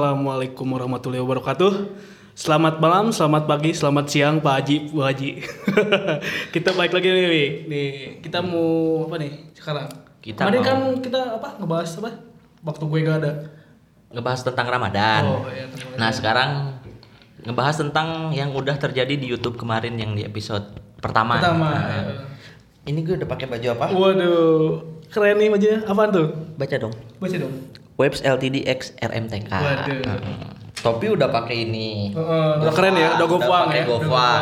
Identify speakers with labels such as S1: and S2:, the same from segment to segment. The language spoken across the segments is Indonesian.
S1: Assalamualaikum warahmatullahi wabarakatuh. Selamat malam, selamat pagi, selamat siang Pak Haji, Bu Haji. kita balik lagi nih, Wi. nih kita mau apa nih sekarang?
S2: Kita
S1: Kemarin
S2: mau-
S1: kan kita apa ngebahas apa? Waktu gue gak ada.
S2: ngebahas tentang Ramadan.
S1: Oh, iya, tentang Ramadan.
S2: nah, sekarang ngebahas tentang yang udah terjadi di YouTube kemarin yang di episode pertama.
S1: Pertama. Oh.
S2: Nah, ini gue udah pakai baju apa?
S1: Waduh, keren nih bajunya. Apaan tuh?
S2: Baca dong.
S1: Baca dong.
S2: Webs LTD X RMTK.
S1: Waduh.
S2: Heeh. Topi udah pakai ini.
S1: Heeh, udah keren ya, udah Gofwang
S2: pakai
S1: ya, udah Gofwang.
S2: Gofwang.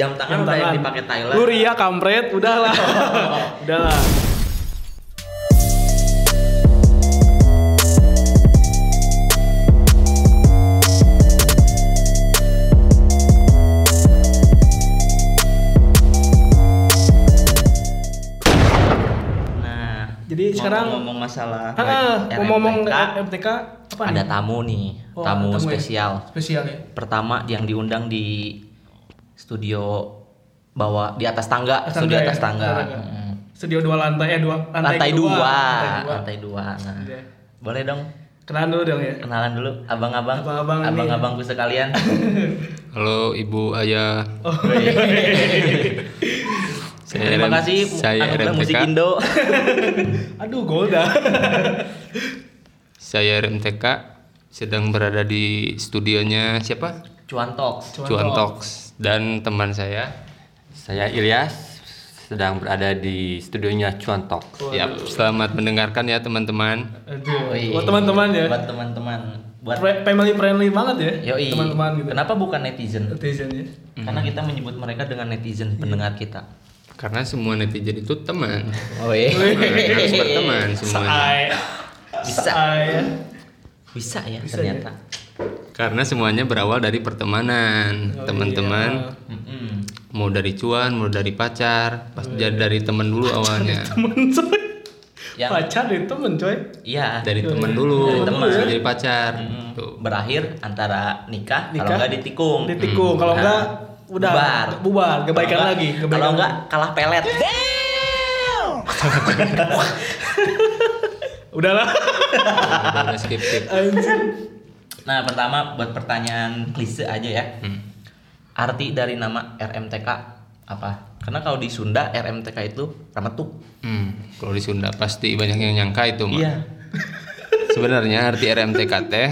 S2: Jam tangan kan udah yang dipakai Thailand.
S1: Lu ria kampret, udahlah. udahlah.
S2: Nah,
S1: Jadi sekarang-
S2: ngomong masalah
S1: Ah,
S2: Webs
S1: mau ngomong
S2: RMTK,
S1: MTK apa
S2: ada
S1: nih?
S2: tamu nih,
S1: Oh,
S2: tamu,
S1: ya.
S2: spesial.
S1: Spesial ya.
S2: pertama yang diundang di studio bawah di atas tangga,
S1: Atas tangga
S2: studio
S1: ya?
S2: atas tangga,
S1: Atas tangga.
S2: Mm.
S1: Studio dua lantai eh dua lantai,
S2: lantai,
S1: kedua.
S2: dua,
S1: Lantai dua.
S2: lantai dua. Nah,
S1: Iya.
S2: boleh dong
S1: Kenalan dulu dong ya.
S2: kenalan dulu abang-abang,
S1: Abang-abang nih.
S2: abang-abangku sekalian.
S3: Halo ibu ayah.
S1: Oh,
S2: iya.
S3: Saya
S2: Terima
S3: RM-
S2: kasih
S3: saya
S2: anugerah
S3: RMTK.
S2: musik Indo.
S1: aduh golda.
S3: Saya RMTK sedang berada di studionya siapa?
S2: Cuan Talks.
S1: Cuan
S3: Cuan Talks dan teman saya.
S4: Saya Ilyas sedang berada di studionya Cuan Talk.
S3: Yap, selamat mendengarkan ya teman-teman.
S1: Aduh.
S2: Wih.
S1: Buat teman-teman ya.
S2: Oh, iya. Buat teman-teman. Buat
S1: Fri- Family friendly banget ya.
S2: yoi.
S1: Teman-teman gitu.
S2: Kenapa bukan netizen?
S1: Netizen ya.
S3: Hmm.
S2: Karena kita menyebut mereka dengan
S1: Iya.
S2: netizen pendengar kita.
S3: Karena semua netizen itu teman.
S2: Oh iya.
S3: Harus berteman semuanya.
S1: Saai.
S2: Bisa.
S1: Saai ya.
S2: Bisa ya
S1: Bisa ya.
S2: ternyata.
S3: Karena semuanya berawal dari pertemanan,
S1: Oh,
S3: teman-teman.
S1: iya.
S2: Mm-mm.
S3: Mau dari cuan, mau dari pacar,
S2: Oh,
S3: pas
S2: iya.
S3: jadi dari teman dulu awalnya.
S1: Temen coy.
S2: Yang-
S1: Pacar dari temen coy.
S2: Iya.
S1: Dari
S3: Dari teman dulu,
S2: teman dulu
S3: bisa
S2: ya.
S3: jadi pacar. gitu.
S2: Mm,
S3: Tuh.
S2: berakhir antara nikah, kalau
S1: Nikah.
S2: enggak ditikung.
S1: Ditikung kalau
S2: Nah,
S1: enggak udah
S2: bubar.
S1: bubar, kebaikan
S2: Kalau
S1: lagi,
S2: enggak-
S1: kebaikan
S2: Kalau
S1: lagi.
S2: enggak kalah pelet.
S1: Udahlah.
S3: Udah, udah skip skip.
S1: Anjir.
S2: nah, pertama buat pertanyaan klise aja ya. Arti dari nama RMTK apa? Karena kalau di Sunda RMTK itu rametuk.
S3: Hmm, kalau di Sunda pasti banyak yang nyangka itu, Mak.
S2: Iya.
S3: Sebenarnya arti RMTK teh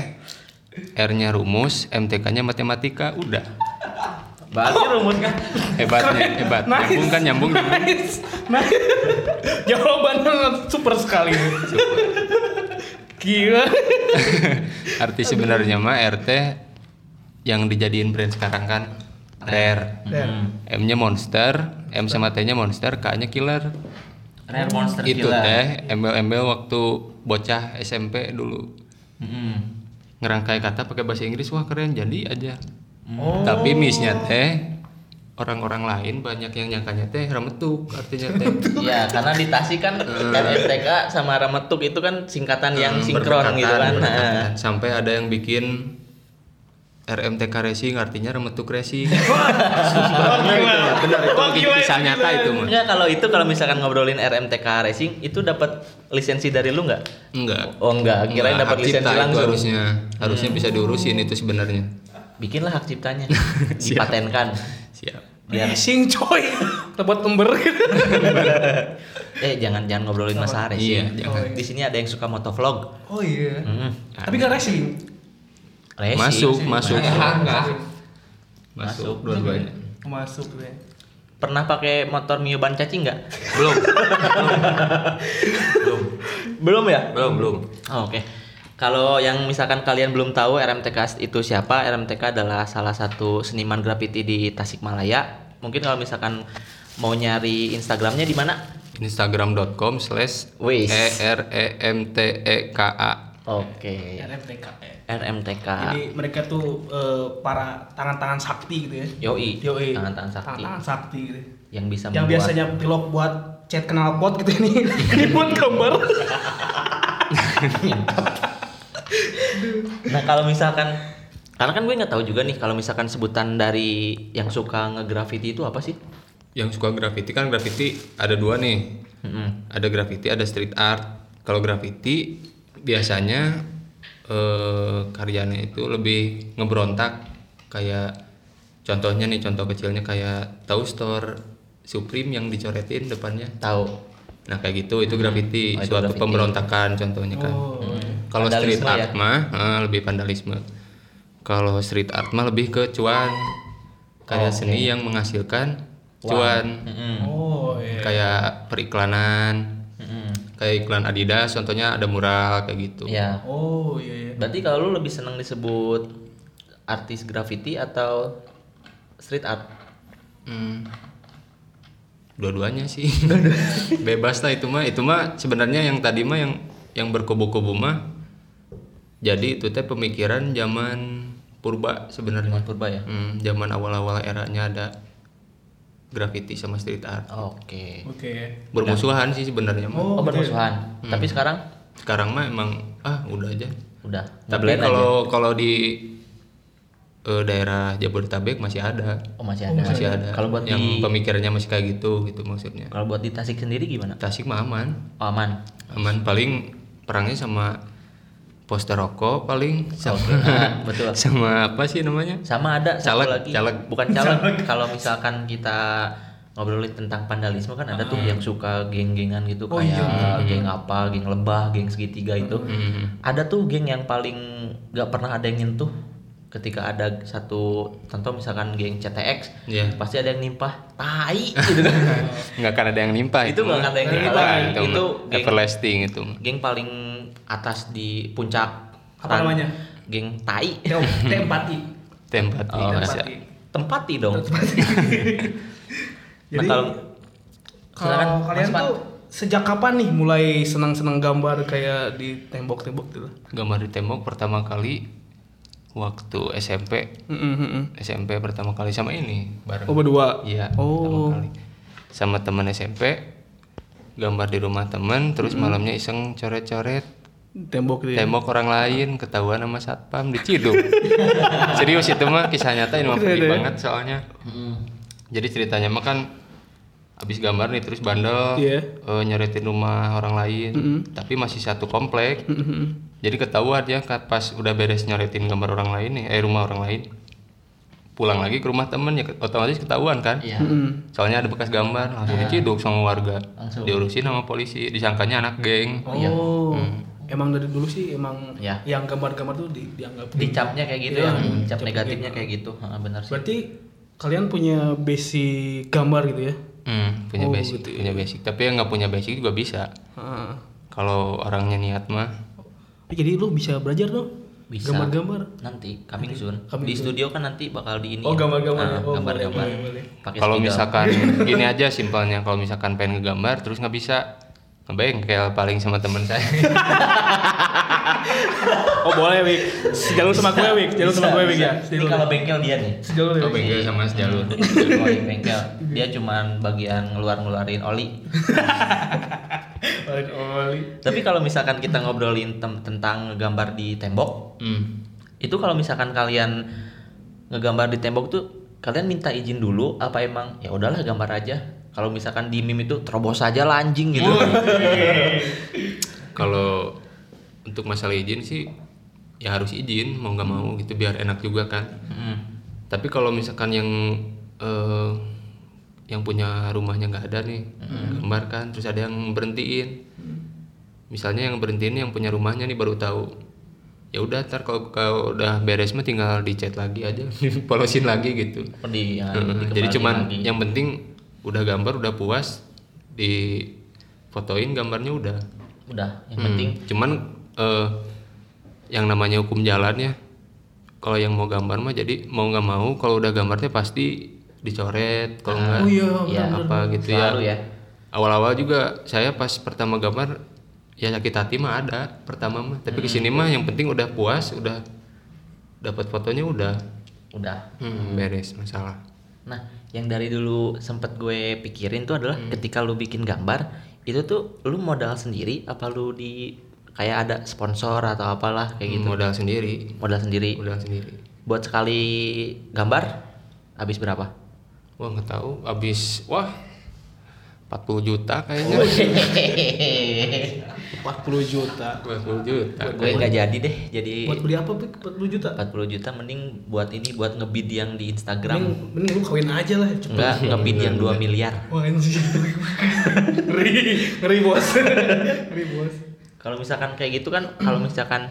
S3: R-nya rumus, MTK-nya matematika, udah.
S2: Berarti rumus kan.
S3: Hebatnya, hebat.
S2: Nah.
S1: Nice.
S3: Nyambung kan nyambung. nyambung.
S1: Nice. Nice. Jawabannya super sekali. Gila.
S3: Arti sebenarnya mah RT yang dijadiin brand sekarang kan rare.
S2: Hmm.
S1: Rare.
S3: M-nya monster, M sama T-nya monster, K-nya killer.
S2: Rare monster
S3: Itu
S2: killer.
S3: teh embel-embel waktu bocah SMP dulu.
S2: Mm-mm.
S3: Ngerangkai kata pakai bahasa Inggris wah keren jadi aja.
S1: Oh.
S3: Tapi miss-nya teh orang-orang lain banyak yang nyangkanya teh remetuk artinya teh.
S2: Iya, karena di Tasik kan RMTK sama rametuk itu kan singkatan yang
S3: Hmm,
S2: sinkron gitu kan.
S3: berdekatan,
S2: Nah.
S3: berdekatan. Sampai ada yang bikin RMTK Racing artinya remetuk racing. Benar itu
S1: Wah, gila,
S3: kisah
S1: gila.
S3: nyata itu mah.
S2: Enggak kalau itu kalau misalkan ngobrolin RMTK Racing itu dapat lisensi dari lu nggak?
S3: Enggak.
S2: Oh enggak, kirain
S3: Enggak,
S2: dapat
S3: hak
S2: lisensi
S3: cipta itu
S2: langsung.
S3: harusnya harusnya
S1: Hmm.
S3: bisa diurusin itu sebenarnya.
S2: Bikinlah hak ciptanya, dipatenkan.
S3: Siap.
S2: Biar
S1: Racing coy. Tempat ember.
S2: eh jangan jangan ngobrolin masalah
S3: Iya,
S2: racing. Oh,
S3: jangan.
S2: Di sini ada yang suka motovlog.
S1: Oh iya.
S2: Hmm.
S1: Tapi kan racing.
S2: Racing.
S3: Masuk, masuk.
S4: Harga.
S3: Masuk dua-duanya.
S1: Masuk ya. deh.
S2: Pernah pakai motor Mio ban cacing nggak?
S4: Belum,
S2: Belum ya?
S4: belum, belum.
S2: Oh, Oke. Kalau yang misalkan kalian belum tahu RMTK itu siapa, RMTK adalah salah satu seniman graffiti di Tasikmalaya. Mungkin kalau misalkan mau nyari Instagramnya di mana?
S3: Instagram.com slash
S2: Wis.
S3: E R E M T E K A. Iya.
S2: Oke.
S1: RMTK.
S2: RMTK.
S3: Ah.
S1: Jadi mereka tuh eh, para tangan-tangan sakti gitu ya.
S2: Yoi.
S1: Yoi.
S2: Tangan-tangan sakti
S1: Tangan-tangan sakti gitu.
S2: yang bisa
S1: Yang
S2: membuat
S1: biasanya pilok buat chat kenal pot gitu ini. Ini buat gambar.
S2: Nah, kalau misalkan karena kan gue nggak tahu juga nih kalau misalkan sebutan dari yang suka ngegraffiti itu apa sih?
S3: Yang suka graffiti kan graffiti ada dua nih.
S2: Mm-mm.
S3: ada graffiti ada street art kalau graffiti biasanya eh, karyanya itu lebih ngebrontak kayak contohnya nih contoh kecilnya kayak tahu store Supreme yang dicoretin depannya
S2: Tahu.
S3: nah kayak gitu itu graffiti
S2: Oh, itu
S3: suatu
S2: graffiti. Hmm.
S3: pemberontakan contohnya kan kalau street
S2: Vandalisme ya?
S3: art mah eh, lebih vandalisme kalau street art mah lebih ke cuan
S2: Oh,
S3: kayak seni yang menghasilkan cuan
S2: Hmm.
S1: Oh, iya.
S3: kayak periklanan
S2: Mm-mm.
S3: kayak iklan Adidas contohnya ada mural kayak gitu
S2: Iya.
S1: Oh, iya. iya.
S2: Berarti kalau lu lebih senang disebut artis graffiti atau street art?
S3: Hmm. dua-duanya sih bebas lah itu mah itu mah sebenarnya yang tadi mah yang yang berkubu-kubu mah jadi itu teh pemikiran zaman purba sebenarnya
S2: Dengan purba ya.
S3: Hmm, zaman awal-awal eranya ada graffiti sama street art
S2: Oke.
S1: Oke. ya.
S3: bermusuhan sih sebenarnya mah.
S1: Oh, gitu ya.
S2: Oh, bermusuhan. Tapi sekarang
S3: sekarang mah emang ah udah aja
S2: udah.
S3: tapi
S2: Ngeblend aja.
S3: kalau kalau di eh, daerah Jabodetabek masih ada
S2: oh masih ada.
S3: masih ada
S2: Kalau buat
S3: yang
S2: di
S3: pemikirannya masih kayak gitu gitu maksudnya
S2: kalau buat di Tasik sendiri gimana?
S3: Tasik mah aman
S2: Oh, aman.
S3: aman paling perangnya sama poster rokok paling sama,
S2: Ah, betul.
S3: sama apa sih namanya
S2: Sama ada satu
S3: Caleg,
S2: lagi.
S3: caleg.
S2: Bukan caleg. kalau misalkan kita ngobrolin tentang vandalisme kan ada
S3: Ah.
S2: tuh yang suka geng-gengan gitu
S1: Oh,
S3: iya.
S2: kayak
S3: Hmm.
S2: geng apa, geng lebah, geng segitiga itu. Ada tuh geng yang paling nggak pernah ada yang nyentuh ketika ada satu contoh misalkan geng CTX
S3: Iya.
S2: pasti ada yang nimpah tai gitu kan.
S3: nggak akan ada yang nimpa
S2: Itu nggak akan ada yang nimpa.
S3: itu,
S2: Itu
S3: mah.
S2: geng-
S3: everlasting itu mah.
S2: geng paling atas di puncak
S1: Apa namanya?
S2: geng tai
S1: Teo- Tempati.
S3: tempat
S2: Oh,
S3: ini.
S1: Tempati.
S2: tempati dong
S1: Jadi
S2: nah, kalau silakan,
S1: kalau kalian
S2: Mas Pan.
S1: tuh sejak kapan nih mulai senang-senang gambar kayak di tembok-tembok gitu?
S3: gambar di tembok pertama kali waktu SMP
S1: Mm-mm, mm-mm.
S3: SMP pertama kali sama ini bareng
S1: Oh berdua.
S3: Iya,
S1: Oh.
S3: pertama kali. Sama teman SMP gambar di rumah teman terus malamnya iseng coret-coret
S1: Tembok gitu. ya?
S3: tembok orang lain ketahuan sama satpam diciduk. Serius itu mah kisah nyata ini mah
S1: Gitu ya,
S3: pedih
S1: Dek?
S3: banget soalnya. Jadi ceritanya mah kan habis gambar nih terus bandel
S1: Iya.
S3: eh, nyoretin rumah orang lain tapi masih satu komplek.
S1: Mm-mm.
S3: Jadi ketahuan ya kan, pas udah beres nyoretin gambar orang lain nih, eh rumah orang lain. Pulang lagi ke rumah temen ya ke- otomatis ketahuan kan.
S2: Iya.
S1: Mm-mm.
S3: Soalnya ada bekas gambar langsung diciduk sama warga.
S2: Langsung.
S3: Diurusin sama polisi, disangkanya anak geng.
S1: Oh. Emang dari dulu sih emang
S2: Iya.
S1: yang gambar-gambar tuh di- dianggap
S2: dicapnya kayak gitu
S1: Iya,
S2: ya cap
S1: cap
S2: negatifnya kayak gitu ha, benar sih
S1: Berarti kalian punya basic gambar gitu ya?
S3: Hmm,
S1: Oh,
S3: punya basic,
S1: gitu
S3: punya basic. Tapi yang nggak punya basic juga bisa.
S1: Heeh.
S3: Kalau orangnya niat mah.
S1: Eh, Jadi lu bisa belajar dong?
S2: Bisa.
S1: Gambar-gambar.
S2: nanti coming soon
S1: Coming
S2: di
S1: soon.
S2: studio kan nanti bakal di ini
S1: Oh,
S2: ya.
S1: gambar-gambar ya.
S2: Ah,
S1: Oh,
S2: gambar-gambar
S1: boleh, boleh, boleh.
S2: pakai
S3: Kalau
S2: spidol.
S3: misalkan gini aja simpelnya, kalau misalkan pengen ngegambar terus nggak bisa ngebengkel paling sama temen saya.
S1: Oh boleh Wik. Sejalur sama gue Wik. Sejalur
S2: Bisa,
S1: sama gue Wik
S2: bisa.
S1: ya.
S2: ini
S1: Sejalur.
S2: kalau bengkel dia nih
S1: Sejalur ya,
S3: Oh,
S1: Wik.
S3: bengkel sama sejalur.
S2: Oh, iya, bengkel dia cuman bagian ngeluar ngeluarin oli
S1: Balik oli.
S2: tapi kalau misalkan kita ngobrolin tem- tentang gambar di tembok
S3: Hmm.
S2: itu kalau misalkan kalian ngegambar di tembok tuh kalian minta izin dulu apa emang ya udahlah gambar aja kalau misalkan di meme itu terobos aja lah anjing gitu
S3: Oh, iya, Kalau untuk masalah izin sih ya harus izin mau nggak mau gitu biar enak juga kan.
S2: Mm.
S3: Tapi kalau misalkan yang eh, yang punya rumahnya nggak ada nih,
S2: Mm-hmm.
S3: gambar kan, terus ada yang berhentiin. Misalnya yang berhentiin yang punya rumahnya nih baru tahu. Ya udah ntar kalau kau udah beres mah tinggal dicat lagi aja, polosin lagi gitu.
S2: Di- ya,
S3: Heeh,
S2: dikembaliin
S3: Jadi cuman
S2: lagi.
S3: yang penting udah gambar udah puas di fotoin gambarnya udah.
S2: udah yang
S3: Hmm,
S2: penting
S3: Cuman eh, yang namanya hukum jalan ya. Kalau yang mau gambar mah jadi mau nggak mau kalau udah gambarnya pasti dicoret kalau nggak
S1: Oh iya.
S2: ya
S3: apa gitu
S2: selalu ya
S3: ya. Awal-awal juga saya pas pertama gambar ya sakit hati mah ada pertama mah tapi kesini mah yang penting udah puas udah dapat fotonya udah
S2: udah
S3: Hmm, beres masalah.
S2: nah yang dari dulu sempet gue pikirin tuh adalah
S1: Hmm.
S2: ketika lu bikin gambar itu tuh lu modal sendiri apa lu di kayak ada sponsor atau apalah kayak gitu
S3: Modal sendiri,
S1: Hmm.
S2: modal sendiri
S3: modal sendiri.
S2: buat sekali gambar habis berapa
S3: Wah nggak tahu. Abis wah 40 juta kayaknya
S2: iya.
S1: 40 juta.
S3: 40 juta
S2: gue nggak jadi deh jadi
S1: Buat beli apa, Pik? 40 juta?
S2: 40 juta mending buat ini buat ngebid yang di
S1: Mending,
S2: Instagram
S1: mending lu kawin aja lah, cepet.
S2: enggak ngebid yang 2 miliar
S1: Wah, anjing. ngeri, ngeri bos. ngeri bos.
S2: kalau misalkan kayak gitu kan kalau misalkan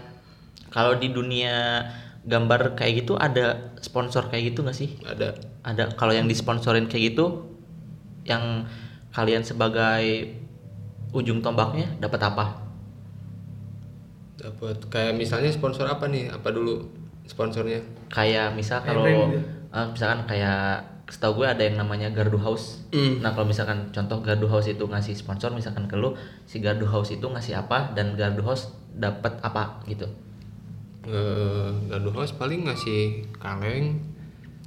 S2: kalau di dunia gambar kayak gitu ada sponsor kayak gitu nggak sih
S3: ada
S2: ada kalau yang disponsorin kayak gitu yang kalian sebagai ujung tombaknya dapat apa
S3: dapat kayak misalnya sponsor apa nih apa dulu sponsornya
S2: kayak misal
S1: Kayak
S2: kalau
S1: brand gitu.
S2: eh, misalkan kayak setahu gue ada yang namanya Gardu House.
S3: Hmm.
S2: Nah kalau misalkan contoh Gardu House itu ngasih sponsor misalkan ke lu, si Gardu House itu ngasih apa dan Gardu House dapat apa gitu.
S3: eh Gardu House paling ngasih kaleng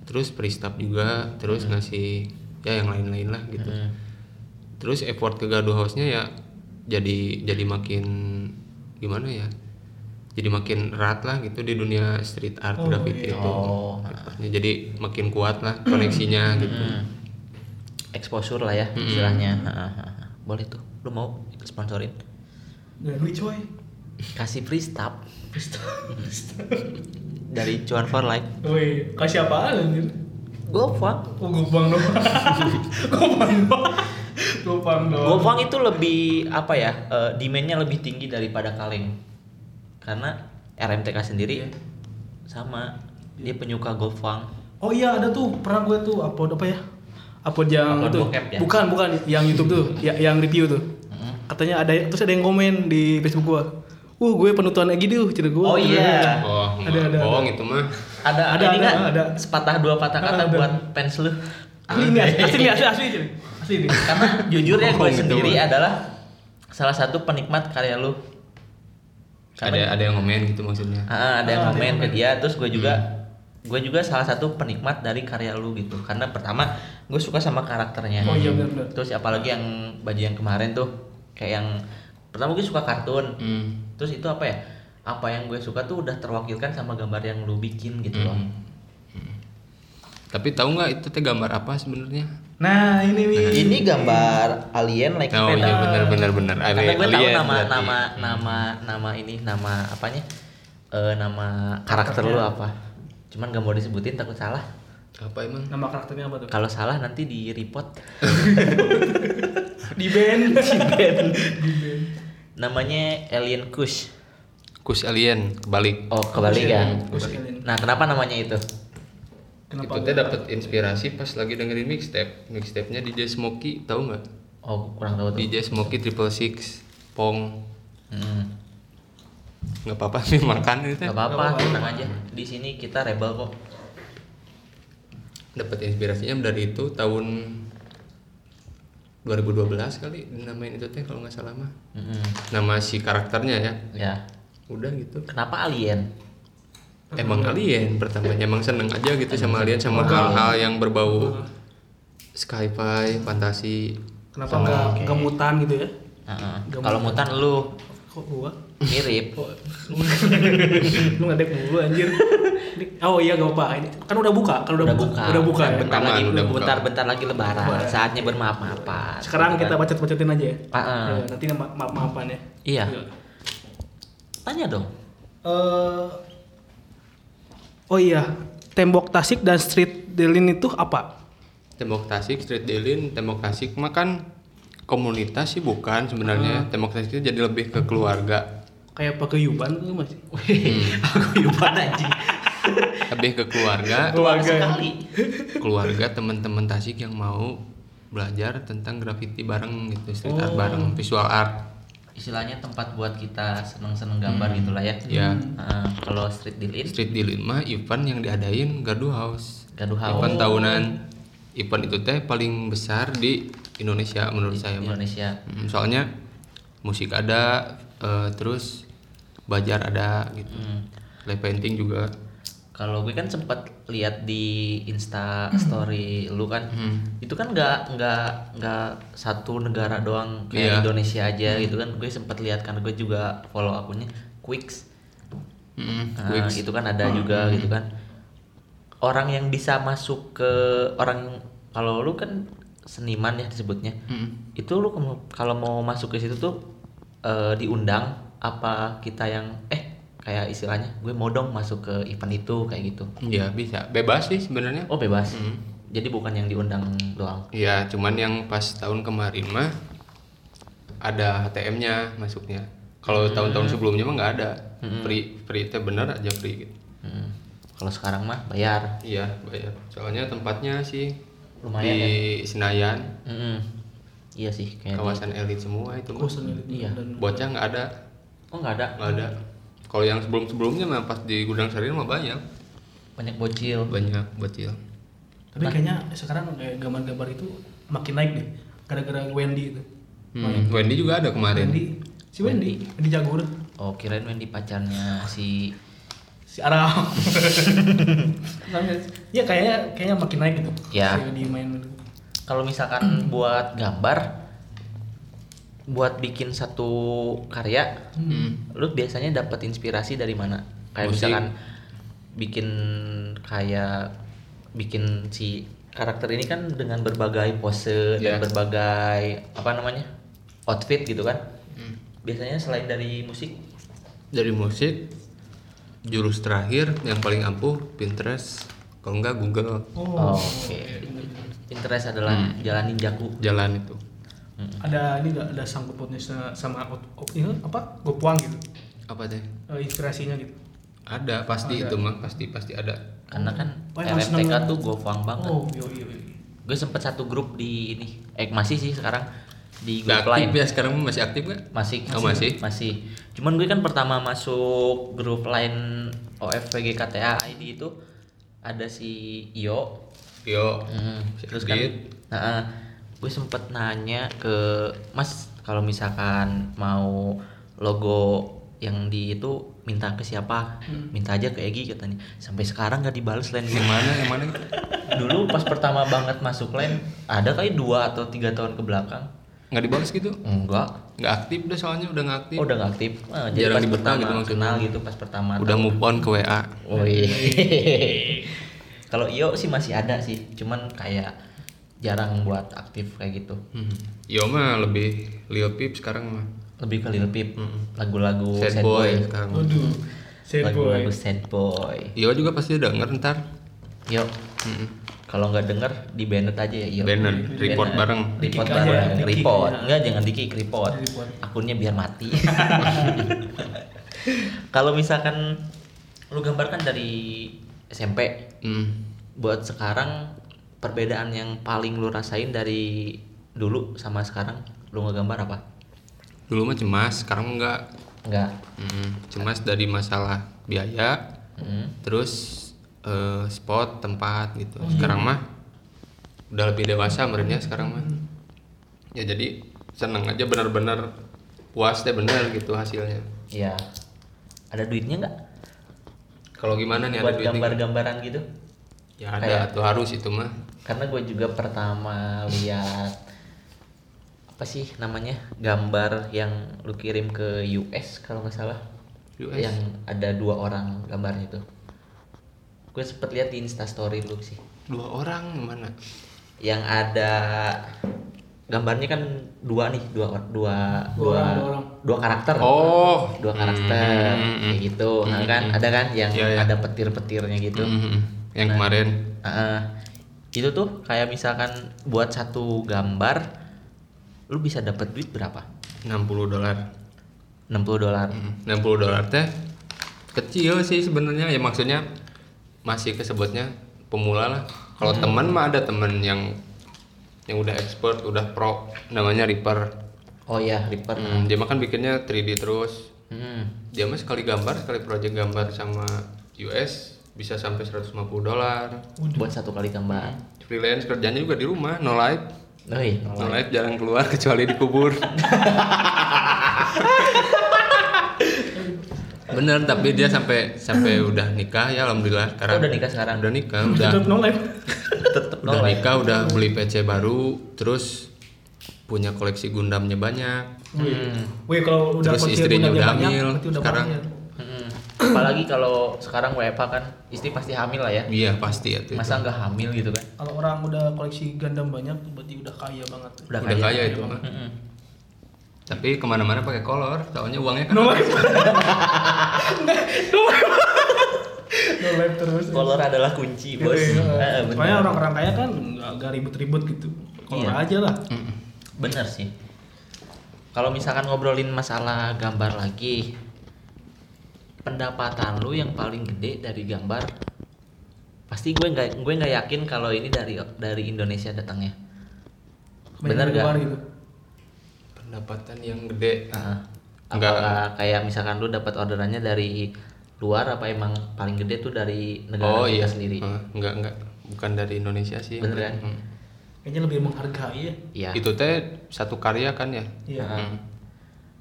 S3: terus peristap juga terus
S1: Hmm.
S3: ngasih ya yang lain-lain lah gitu terus effort ke Gardu House-nya ya jadi jadi makin gimana ya jadi makin erat lah gitu di dunia street art graffiti
S1: iya.
S3: itu
S2: Oh.
S3: Effortnya jadi makin kuat lah koneksinya gitu
S1: Hmm.
S2: Exposure lah ya istilahnya. Hahaha. Boleh tuh. Lu mau sponsorin?
S1: Ngeri coy.
S2: Kasih free stuff dari Cuan for Life.
S1: Woi, kasih apaan anjir?
S2: Gopang.
S1: Oh, gopang doang. gopang doang. Gopang doang.
S2: Gopang itu lebih apa ya? eh, demand-nya lebih tinggi daripada kaleng. Karena RMTK sendiri sama dia penyuka Gopang.
S1: Oh iya ada tuh pernah gue tuh upload apa ya? Upload yang
S2: Upload
S1: itu.
S2: bokep ya?
S1: Bukan bukan yang YouTube tuh, ya, yang review tuh. Katanya ada terus ada yang komen di Facebook gue. Uh gue penutupan lagi deh, cerita gue.
S2: Oh iya.
S3: oh
S1: Ada, ada,
S3: bohong itu
S2: Ada
S3: mah
S1: Ada,
S2: ada
S1: ada,
S2: ini nggak?
S1: ada.
S2: Sepatah dua patah
S1: Ada.
S2: kata buat fans lu.
S1: Asli ini asli asli nih, asli asli asli. Asli nih.
S2: Karena jujur ya gue
S3: Bohong itu
S2: sendiri
S3: mah.
S2: adalah salah satu penikmat karya lu.
S3: ada ada yang komen gitu maksudnya
S2: Ah, ada yang
S1: Ah, ada
S2: komen
S1: yang Hmm.
S2: ke dia terus gue juga gue juga salah satu penikmat dari karya lu gitu karena pertama gue suka sama karakternya
S1: Oh iya, benar-benar.
S2: terus apalagi yang baju yang kemarin tuh kayak yang pertama gue suka kartun
S3: Hmm.
S2: terus itu apa ya apa yang gue suka tuh udah terwakilkan sama gambar yang lu bikin gitu loh
S3: Hmm. tapi tahu nggak itu teh gambar apa sebenarnya
S1: Nah, ini nih.
S2: ini gambar alien like
S3: oh iya benar benar benar
S2: karena gue tahu
S3: Alien
S2: nama
S3: berarti.
S2: nama nama nama ini nama apanya Eh, nama karakter lu apa cuman gak mau disebutin takut salah
S3: apa emang
S1: Nama karakternya apa tuh?
S2: kalau salah nanti di report
S1: Di band. Di band. Di band.
S2: namanya Alien Kush.
S3: kus alien kebalik
S2: Oh, kebalik ya.
S1: Kalian,
S2: Nah, kenapa namanya itu?
S1: Kenapa?
S3: itu teh dapat inspirasi pas lagi dengerin mixtape mixtape-nya DJ Smokey tahu nggak
S2: Oh, kurang tahu tuh.
S3: DJ Smokey Triple Six Pong
S2: Hmm.
S3: nggak apa-apa nih makan itu teh
S2: Gak Eh, apa-apa, tenang aja. Di sini kita rebel kok.
S3: dapat inspirasinya dari itu tahun 2012 kali dinamain itu teh kalau nggak salah mah
S2: Mm-mm.
S3: nama si karakternya ya
S2: Ya.
S3: udah gitu
S2: Kenapa alien?
S3: emang alien pertamanya emang seneng aja gitu sama alien sama hal-hal yang berbau sci-fi fantasi
S1: Kenapa
S2: Oh,
S1: enggak enggak mutan gitu ya?
S2: Heeh. Kalau mutan lu
S1: Kok gua?
S2: mirip.
S1: Lu ngadek mulu anjir. Oh iya gak apa-apa. Ini kan udah buka, kan udah,
S2: Udah
S1: buka.
S2: buka.
S1: Udah buka.
S2: Bentar
S1: ya?
S3: Rekaman,
S2: lagi
S3: udah buka.
S2: bentar-bentar lagi lebaran. Saatnya bermaaf-maafan.
S1: Sekarang
S2: Gitu
S1: kita
S2: kan.
S1: bacot-bacotin aja ya.
S2: Heeh.
S1: Ya, nanti ma- ma- maafan ya.
S2: Iya.
S1: Yuk.
S2: Tanya dong.
S1: Eh, oh iya, tembok Tasik dan street Delin itu apa?
S3: Tembok Tasik, Street Delin, Tembok Tasik mah kan komunitas sih bukan sebenarnya. Tembok Tasik itu jadi lebih ke keluarga,
S1: Kayak paguyuban tuh masih.
S2: Aku lupa anjing.
S3: lebih ke keluarga,
S1: Keluarga.
S2: Sekali.
S3: keluarga teman-teman Tasik yang mau belajar tentang graffiti bareng gitu, street art bareng, visual art.
S2: Istilahnya tempat buat kita seneng-seneng gambar gitulah ya.
S3: Ya,
S2: Heeh. Kalau street dealin
S3: Street Delin mah event yang diadain Gardu House.
S2: Gaduh hawa
S3: Event tahunan. Event itu teh paling besar di Indonesia menurut saya mah.
S2: Indonesia.
S3: Mm, Soalnya musik ada, eh, terus bajar ada gitu. Live painting juga.
S2: Hmm. Kalau gue kan sempat lihat di
S3: Hmm.
S2: Insta story lu kan, itu kan nggak nggak nggak satu negara doang kayak
S3: Iya.
S2: Indonesia aja gitu kan. Gue sempat lihat karena gue juga follow akunnya Quicks.
S3: Mm,
S2: Nah,
S3: Quicks. Hmm.
S2: itu kan ada juga gitu kan. Orang yang bisa masuk ke orang kalau lu kan seniman ya disebutnya.
S3: Mm.
S2: Itu lu kemu- kalau mau masuk ke situ tuh eh, diundang apa kita yang eh kayak istilahnya gue mau dong masuk ke event itu kayak gitu.
S3: ya bisa bebas sih sebenarnya
S2: Oh bebas.
S3: Hmm.
S2: Jadi bukan yang diundang doang.
S3: Iya, cuman yang pas tahun kemarin mah ada HTM-nya masuknya. Kalau tahun-tahun sebelumnya mah nggak ada. Free, free teh bener aja free. gitu.
S2: Hmm. Kalau sekarang mah bayar.
S3: Iya, bayar. Soalnya tempatnya sih
S2: Lumayan
S3: di Senayan,
S2: Mm-mm. Iya sih kayak
S3: kawasan elit semua itu. mah.
S1: Bosan ini.
S2: Iya.
S1: Dan
S3: Bocah nggak ada,
S2: Oh nggak ada.
S3: nggak ada. Kalau yang sebelum-sebelumnya mah pas di Gudang Sari mah banyak,
S2: Banyak bocil.
S3: banyak bocil.
S1: tapi kayaknya sekarang kayak gambar-gambar itu makin naik deh gara-gara Wendy itu.
S3: Hmm, Wendy juga ada kemarin.
S1: Wendy, si Wendy, Wendy Jagur,
S2: Oh kirain Wendy pacarnya si
S1: si Aram. ya kayaknya kayaknya makin naik gitu.
S2: Ya.
S1: Si Wendy main
S2: kalau misalkan buat gambar buat bikin satu karya
S3: Hmm.
S2: lu biasanya dapat inspirasi dari mana kayak
S3: Musik.
S2: misalkan bikin kayak bikin si karakter ini kan dengan berbagai pose dan
S3: Iya.
S2: berbagai apa namanya outfit gitu kan
S3: Hmm.
S2: biasanya selain dari musik
S3: Dari musik, jurus terakhir yang paling ampuh Pinterest, kalau nggak Google.
S1: Oh, iya.
S2: oke interest adalah
S3: Hmm.
S2: jalan ninjaku
S3: jalan itu
S1: ada ini nggak ada sangkut pautnya sa- sama out- out- ini apa? Gopuang gitu.
S3: apa teh
S1: Eh, inspirasinya gitu.
S3: ada pasti itu mah pasti pasti ada
S2: karena kan
S1: Oh, emang
S2: RMTK
S1: seneng-
S2: tuh gofang banget
S1: Oh, iya iya. iya.
S2: gue sempet satu grup di ini eh masih sih sekarang di
S3: nggak
S2: grup
S3: aktif
S2: lain
S3: ya sekarang mah masih aktif nggak
S2: masih
S3: Oh, masih?
S2: masih cuman gue kan pertama masuk grup lain OFPG KTA ID itu ada si Iyo
S3: yo
S2: Hmm,
S3: Si
S2: terus kan
S3: Adit.
S2: nah, eh, gue sempet nanya ke Mas kalau misalkan mau logo yang di itu minta ke siapa minta aja ke Egi katanya sampai sekarang nggak dibales lain
S3: yang mana yang mana
S2: dulu pas pertama banget masuk lain ada kali dua atau tiga tahun ke belakang
S3: nggak dibalas gitu
S2: enggak
S3: nggak aktif udah soalnya udah nggak aktif
S2: oh, udah nggak aktif Ah, jadi
S3: Jarang
S2: pas
S3: dibuka
S2: pertama
S3: gitu maksudnya.
S2: kenal gitu pas pertama
S3: udah move on ke wa
S2: oh iya kalau Iyo sih masih ada sih cuman kayak jarang buat aktif kayak gitu
S3: hmm. yo mah lebih Lil Peep sekarang mah
S2: lebih ke Lil Peep lagu-lagu
S3: Oh, sad, boy, sekarang
S1: Aduh, sad boy.
S2: lagu-lagu sad boy
S3: yo juga pasti denger ntar Hmm.
S2: Iyo kalau nggak denger di banned aja ya Iyo
S3: Banner, report bareng.
S2: report
S1: Di-kick aja,
S2: bareng
S1: di-kick
S2: report
S1: aja.
S2: enggak jangan di kick report
S1: Di-report.
S2: akunnya biar mati kalau misalkan lu gambarkan dari SMP
S3: hmm.
S2: buat sekarang perbedaan yang paling lu rasain dari dulu sama sekarang lu ngegambar apa
S3: dulu mah cemas sekarang enggak
S2: enggak
S3: hmm. cemas dari masalah biaya
S2: Mm.
S3: terus eh, spot tempat gitu sekarang mah udah lebih dewasa menurutnya sekarang mah ya jadi seneng aja benar-benar puas deh bener gitu hasilnya
S2: iya ada duitnya nggak
S3: kalau gimana nih ada
S2: buat
S3: duitnya
S2: gambar-gambaran gitu
S3: ya ada
S2: Kayak-
S3: tuh harus itu mah
S2: karena gue juga pertama lihat apa sih namanya gambar yang lu kirim ke US kalau nggak salah
S3: US.
S2: yang ada dua orang gambarnya itu gue sempet lihat di instastory lu sih
S3: dua orang mana
S2: yang ada gambarnya kan dua nih dua or- dua
S1: Dua
S2: dua
S1: orang, dua orang.
S2: dua karakter
S3: oh
S2: dua karakter
S3: Hmm, hmm,
S2: kayak gitu Nah, kan ada kan yang
S3: Iya, iya.
S2: ada petir-petirnya gitu
S3: hmm, hmm. yang kemarin
S2: Heeh. itu tuh kayak misalkan buat satu gambar lu bisa dapat duit berapa
S3: 60 dolar
S2: 60 dolar
S3: Hmm, 60 dolar teh kecil sih sebenarnya ya maksudnya masih kesebutnya pemula lah kalau
S2: Mm-hmm.
S3: teman mah ada temen yang yang udah expert udah pro namanya Reaper
S2: oh ya Reaper
S3: Hmm, dia mah kan bikinnya 3D terus
S2: Hmm.
S3: dia mah sekali gambar sekali project gambar sama US bisa sampai 150 dolar
S2: buat satu kali gambar
S3: freelance kerjanya juga di rumah no life
S2: oh iya
S3: no life jarang keluar kecuali dikubur bener tapi dia sampai sampai udah nikah ya alhamdulillah sekarang
S2: Oh, udah nikah sekarang?
S3: udah nikah udah
S1: Tetap no life.
S2: tetep
S3: udah
S2: nol ya.
S3: nikah udah beli PC baru terus punya koleksi Gundamnya banyak
S1: Wih, kalau udah
S2: Hmm.
S3: terus
S1: kecil
S3: istrinya
S1: udah
S3: udah
S1: banyak,
S3: hamil
S1: berarti udah
S3: sekarang
S1: banyak.
S2: Hmm. apalagi kalau sekarang WFH kan istri pasti hamil lah ya
S3: Iya pasti ya. Itu.
S2: masa nggak hamil gitu kan
S1: Kalau orang udah koleksi Gundam banyak tuh berarti udah kaya banget.
S2: udah,
S3: Udah
S2: kaya, Hmm.
S3: kaya itu mah.
S2: Mm-mm.
S3: Tapi kemana-mana pakai kolor, soalnya uangnya kan.
S1: Nomor No life terus.
S2: kolor adalah kunci bos
S1: Gitu ya.
S2: Eh,
S1: Soalnya
S2: bener.
S1: orang-orang kaya kan nggak nggak ribet-ribet gitu. Kolor
S2: Iya.
S1: aja lah.
S2: Bener sih. Kalau misalkan ngobrolin masalah gambar lagi, pendapatan lu yang paling gede dari gambar, pasti gue nggak gue nggak yakin kalau ini dari dari Indonesia datangnya.
S1: Banyak
S2: Bener gak?
S1: keluar Gitu.
S3: Pendapatan yang gede.
S2: Nah,
S3: Nggak.
S2: apakah kayak misalkan lu dapat orderannya dari luar apa emang paling gede tuh dari negara
S3: Oh
S2: kita
S3: iya
S2: sendiri?
S3: Heeh, enggak enggak, bukan dari Indonesia sih.
S2: Bener kan?
S3: Hmm.
S1: Kayaknya lebih menghargai ya.
S2: Iya.
S3: Itu teh satu karya kan ya?
S1: Iya.
S3: Hmm.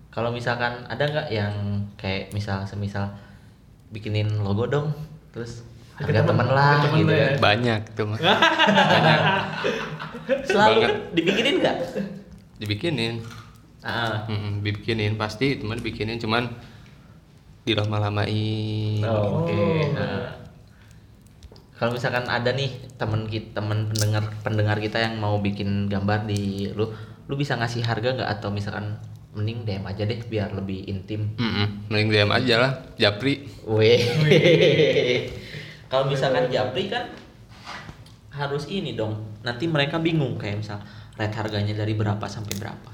S2: Kalau misalkan ada nggak yang kayak misal semisal bikinin logo dong, terus
S1: Deket
S2: harga
S1: temen,
S2: teman lah
S1: deket temen
S2: gitu
S1: lah
S2: kan.
S1: ya.
S3: Banyak tuh mah.
S2: Selalu kan?
S3: Banget.
S2: dibikinin nggak?
S3: Dibikinin.
S2: Ah,
S3: Mm, dibikinin pasti itu mah dibikinin cuman dilama-lamain.
S2: oh, oke.
S1: Oh.
S2: Nah, Kalau misalkan ada nih temen kita, temen pendengar pendengar kita yang mau bikin gambar di lu, lu bisa ngasih harga nggak atau misalkan mending DM aja deh biar lebih intim.
S3: Mm-mm, Hmm, mending diam aja lah, japri.
S2: Weh. Kalau misalkan Japri kan harus ini dong. Nanti mereka bingung kayak misal rate harganya dari berapa sampai berapa.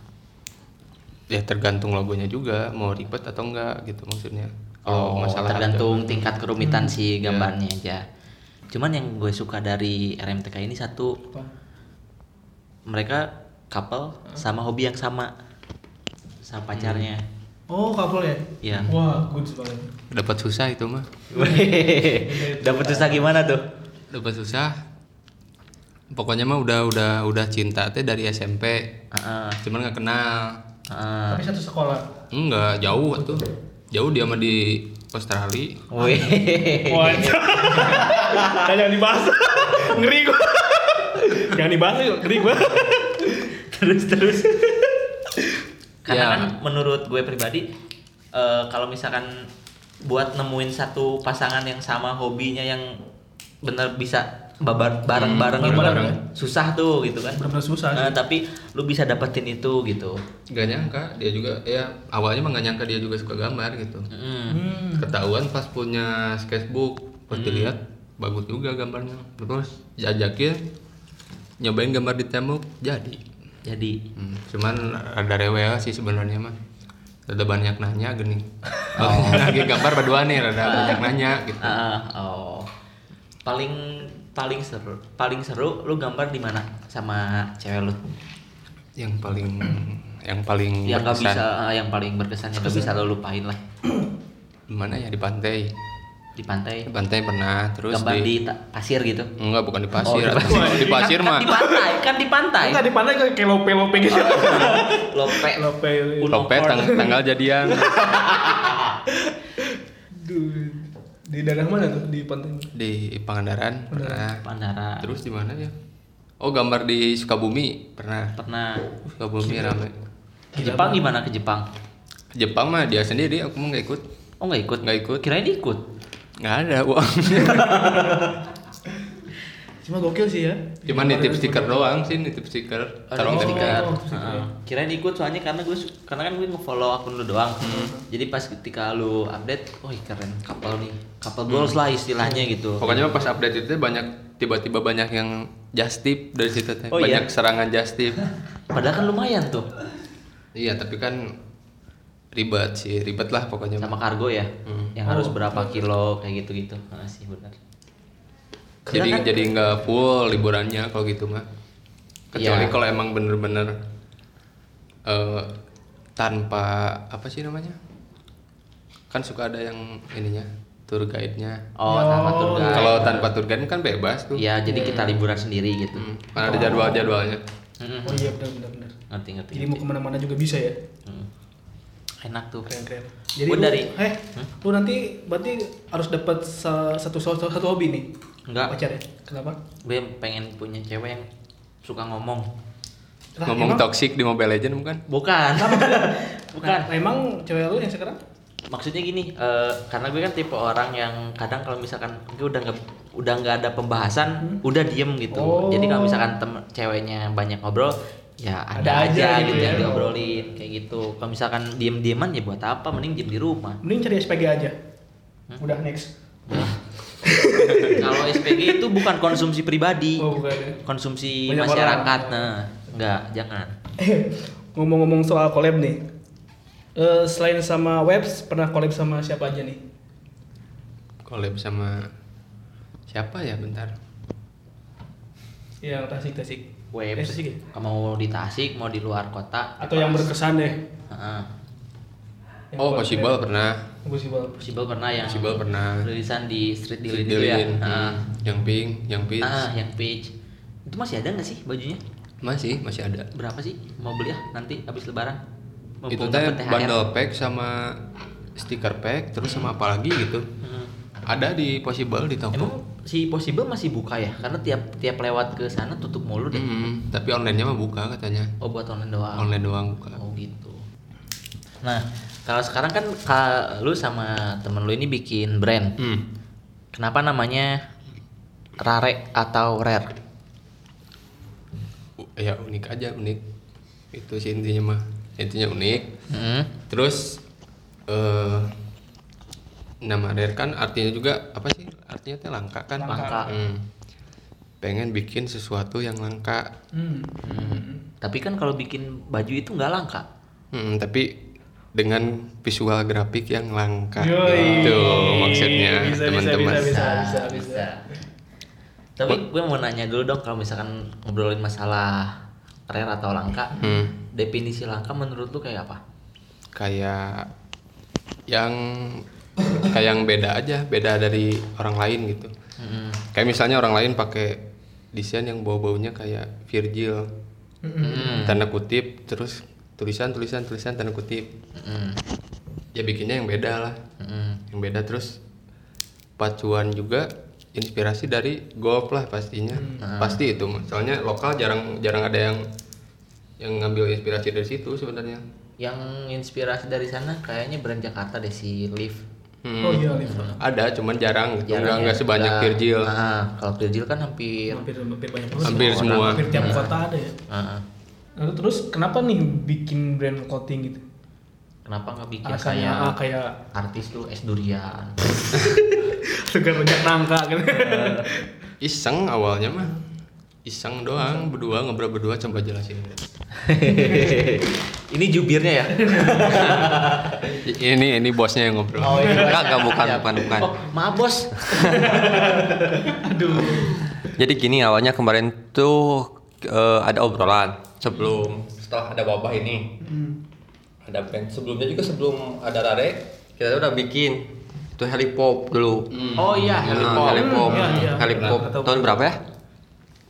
S3: Ya tergantung logonya juga, mau ribet atau enggak gitu maksudnya. Kalau Oh, masalah
S2: Oh, tergantung tingkat kerumitan si gambarnya aja. Cuman yang gue suka dari RMTK ini satu
S1: Apa?
S2: mereka couple sama hobi yang sama
S1: Hmm.
S2: sama pacarnya.
S1: Oh couple ya?
S2: Iya.
S1: Wah good banget.
S3: harga. dapat susah itu mah.
S2: Dapat susah gimana tuh?
S3: Dapat susah. Pokoknya mah udah udah udah cinta teh dari SMP.
S2: Heeh.
S3: Cuman nggak kenal.
S2: Heeh.
S1: Tapi satu sekolah.
S3: Enggak, jauh tuh. Jauh dia mah di Australia.
S2: Weh. Eh.
S1: Waduh. Jangan dibahas. Ngeri gua. Jangan dibahas, ngeri gua.
S2: terus terus karena
S3: Ya.
S2: kan menurut gue pribadi eh, kalau misalkan buat nemuin satu pasangan yang sama hobinya yang bener bisa babar bareng bareng gitu kan.
S1: Hmm, bareng-bareng.
S2: susah tuh gitu kan
S1: Bener-bener susah sih.
S2: Eh, tapi lu bisa dapetin itu gitu
S3: Gak nyangka dia juga ya awalnya mah gak nyangka dia juga suka gambar gitu.
S2: Mm.
S1: Hmm.
S3: Ketahuan pas punya sketchbook,
S2: Hmm.
S3: pas dilihat bagus juga gambarnya. Terus diajakin nyobain gambar di tembok jadi.
S2: jadi
S3: Hmm, cuman ada rewel sih sebenarnya mah. Ada banyak nanya gini. Oh. lagi gambar berdua nih, ada banyak nanya gitu.
S2: ah, oh paling paling seru paling seru lu gambar di mana sama cewek lu
S3: Yang paling yang paling
S2: yang nggak
S3: berkesan.
S2: bisa ah, yang paling berkesan yang nggak bisa lu lupain lah
S3: Di mana ya di pantai.
S2: di pantai
S3: Di pantai pernah terus
S2: gambar di, ta- pasir gitu.
S3: Enggak, bukan di
S2: Oh, di
S3: pasir. atau- di
S2: pasir.
S3: pasir, mah.
S2: Di pantai, kan di pantai.
S1: Enggak di pantai kayak kayak lope-lope gitu.
S2: Oh, iya. Lope.
S1: Lope.
S2: Uno
S3: Topet
S2: Corn.
S3: tang- tanggal jadian.
S1: Duh. Di daerah mana tuh di pantai?
S3: di Pangandaran pernah.
S2: Pandara.
S3: Terus di mana ya? Oh, gambar di Sukabumi pernah.
S2: Pernah
S3: Uh, Sukabumi rame.
S2: ke Jepang gimana ke Jepang?
S3: Ke Jepang mah dia sendiri, aku mah nggak ikut.
S2: Oh nggak ikut?
S3: Nggak ikut.
S2: Kirain ikut.
S3: Nggak ada uangnya.
S1: Cuma gokil sih ya.
S3: Cuman nitip stiker doang sih, nitip stiker.
S2: Oh,
S3: Taruh
S2: nitip
S3: stiker.
S2: stiker.
S1: nitip stiker.
S2: Heeh. Kirain ikut soalnya karena gue su- karena kan gue ngefollow akun lu doang. Jadi pas ketika lu update, oh keren couple nih. Couple goals lah istilahnya gitu.
S3: Pokoknya mah pas update itu banyak tiba-tiba banyak yang just tip dari situ teh.
S2: Oh, iya?
S3: banyak serangan just tip.
S2: Padahal kan lumayan tuh
S3: iya, tapi kan ribet sih, ribet lah pokoknya.
S2: sama kargo ya. Yang harus
S1: Oh.
S2: berapa kilo kayak gitu-gitu. Heeh sih benar.
S3: jadi
S2: kan
S3: jadi nggak full liburannya kalau gitu mah kecuali
S2: Iya.
S3: kalau emang bener-bener eh, tanpa apa sih namanya kan suka ada yang ininya tour guide-nya
S2: Oh,
S1: Ya.
S2: sama tuh guys.
S3: kalau tanpa tour guide kan bebas tuh
S2: Iya, jadi kita liburan sendiri gitu.
S3: Hmm, kan ada jadwal-jadwalnya
S2: Mm-mm.
S1: Oh iya benar benar benar.
S2: Ngerti ngerti.
S1: Jadi mau kemana-mana juga bisa ya.
S2: Mm. Enak tuh.
S1: Keren keren.
S2: Gua
S1: lu-
S2: dari-
S1: eh lu nanti berarti harus dapat sa- satu satu, satu hobi nih.
S2: Enggak,
S1: Pacar ya? Kenapa?
S2: gue pengen punya cewek yang suka ngomong.
S1: Lah, emang-
S3: ngomong kan? toksik di Mobile Legends bukan
S2: Bukan. Bukan.
S1: Nah, emang cewek lu yang sekarang?
S2: maksudnya gini eh, karena gue kan tipe orang yang kadang kalau misalkan gue udah nggak udah nggak ada pembahasan udah diem gitu
S1: Hmm? Oh.
S2: jadi kalau misalkan tem ceweknya banyak ngobrol ya
S1: Ada
S2: ada,
S1: aja
S2: aja,
S1: gitu
S2: gitu yang
S1: ya.
S2: diobrolin kayak gitu kalau misalkan diem dieman ya buat apa mending diem di rumah
S1: Mending cari SPG aja.
S3: Hmm?
S1: Udah next.
S2: kalau SPG itu bukan konsumsi pribadi
S1: Oh, bukan ya.
S2: konsumsi
S1: Banyak
S2: masyarakat
S1: orang.
S2: nah nggak jangan
S1: Ngomong-ngomong soal collab nih. Eh, selain sama Webs, pernah collab sama siapa aja nih?
S3: collab sama siapa ya bentar
S1: Iya, Yang tasik-tasik.
S2: web
S1: Eh, tasik ya?
S2: mau di Tasik mau di luar kota
S1: Atau yang berkesan deh.
S2: Heeh.
S1: Yang
S3: oh
S1: buat
S3: possible
S1: collab.
S3: pernah
S1: Possible.
S2: Possible pernah yang
S3: possible pernah
S2: rilisan di Street Deal
S3: Street iya.
S2: itu ya
S3: Dealin,
S2: Heeh.
S3: yang pink yang pink
S2: ah yang page itu masih ada nggak sih bajunya
S3: masih masih ada
S2: berapa sih mau beli ah nanti habis lebaran
S3: itu
S2: Mumpung
S3: teh
S2: dapet THR.
S3: bundle pack sama stiker pack terus sama apa lagi gitu
S2: Hmm.
S3: ada di possible di toko
S2: emang si Possible masih buka ya karena tiap tiap lewat ke sana tutup mulu deh
S3: Mm, tapi onlinenya mah buka katanya
S2: oh buat online doang
S3: Hmm. online doang buka
S2: Oh gitu. Nah, kalau sekarang kan ka- lu sama temen lu ini bikin brand.
S3: Hmm.
S2: Kenapa namanya Rare atau Rare?
S3: U- ya unik aja unik itu sih intinya mah intinya unik
S2: Hmm.
S3: terus eh nama rare kan artinya juga apa sih artinya teh langka kan
S2: Langka.
S3: Hmm. pengen bikin sesuatu yang langka
S1: Hmm.
S2: Tapi kan kalau bikin baju itu nggak langka.
S3: Hmm, tapi dengan visual grafik yang langka
S1: Yoi.
S3: gitu maksudnya
S1: Bisa, bisa,
S3: teman-teman
S1: bisa, bisa, bisa.
S2: Tapi gue mau nanya dulu dong kalau misalkan ngobrolin masalah Rare atau langka,
S3: Hmm.
S2: definisi langka menurut lu kayak apa?
S3: kayak yang kayak yang beda aja beda dari orang lain gitu
S2: Hmm.
S3: kayak misalnya orang lain pakai desain yang bau baunya kayak Virgil
S1: Hmm,
S3: tanda kutip terus tulisan tulisan tulisan tanda kutip
S2: Hmm.
S3: ya bikinnya yang beda lah
S2: Hmm.
S3: yang beda terus pacuan juga inspirasi dari golf lah pastinya pasti itu mah. soalnya lokal jarang jarang ada yang yang ngambil inspirasi dari situ sebenarnya
S2: Yang inspirasi dari sana kayaknya brand Jakarta deh si Liv.
S3: Hmm.
S1: Oh iya, Liv.
S3: ada cuman jarang gitu
S2: Jarang
S3: nggak
S2: ya,
S3: nggak sebanyak
S2: nggak-
S3: Virgil
S2: Ah, kalau Virgil kan hampir Iya.
S1: Hampir, hampir banyak banget.
S3: Hampir semua. Hmm.
S1: Hampir tiap kota ada ya.
S2: ah, ah.
S1: Lalu terus kenapa nih bikin brand clothing gitu?
S2: kenapa nggak bikin
S1: Alasannya
S2: kayak
S1: ah, kayak
S2: artis tuh es durian
S1: segar banyak nangka kan.
S2: Iya.
S3: iseng awalnya mah iseng doang berdua ngobrol berdua coba jelasin
S2: ini jubirnya ya
S3: ini ini bosnya yang ngobrol
S2: Oh, iya.
S4: Enggak, enggak, bukan, bukan, bukan.
S2: oh, maaf bos
S1: Aduh.
S4: Jadi gini awalnya kemarin tuh eh, ada obrolan sebelum setelah ada wabah ini.
S1: Hmm.
S4: Ada band sebelumnya juga sebelum ada Rare kita tuh udah bikin itu Harry Pop dulu.
S2: oh iya
S4: Nah,
S2: Harry Potter.
S4: Harry Pop.
S1: Hmm. Iya, iya.
S4: Harry Pop.
S1: Atau-
S4: Tahun berapa ya?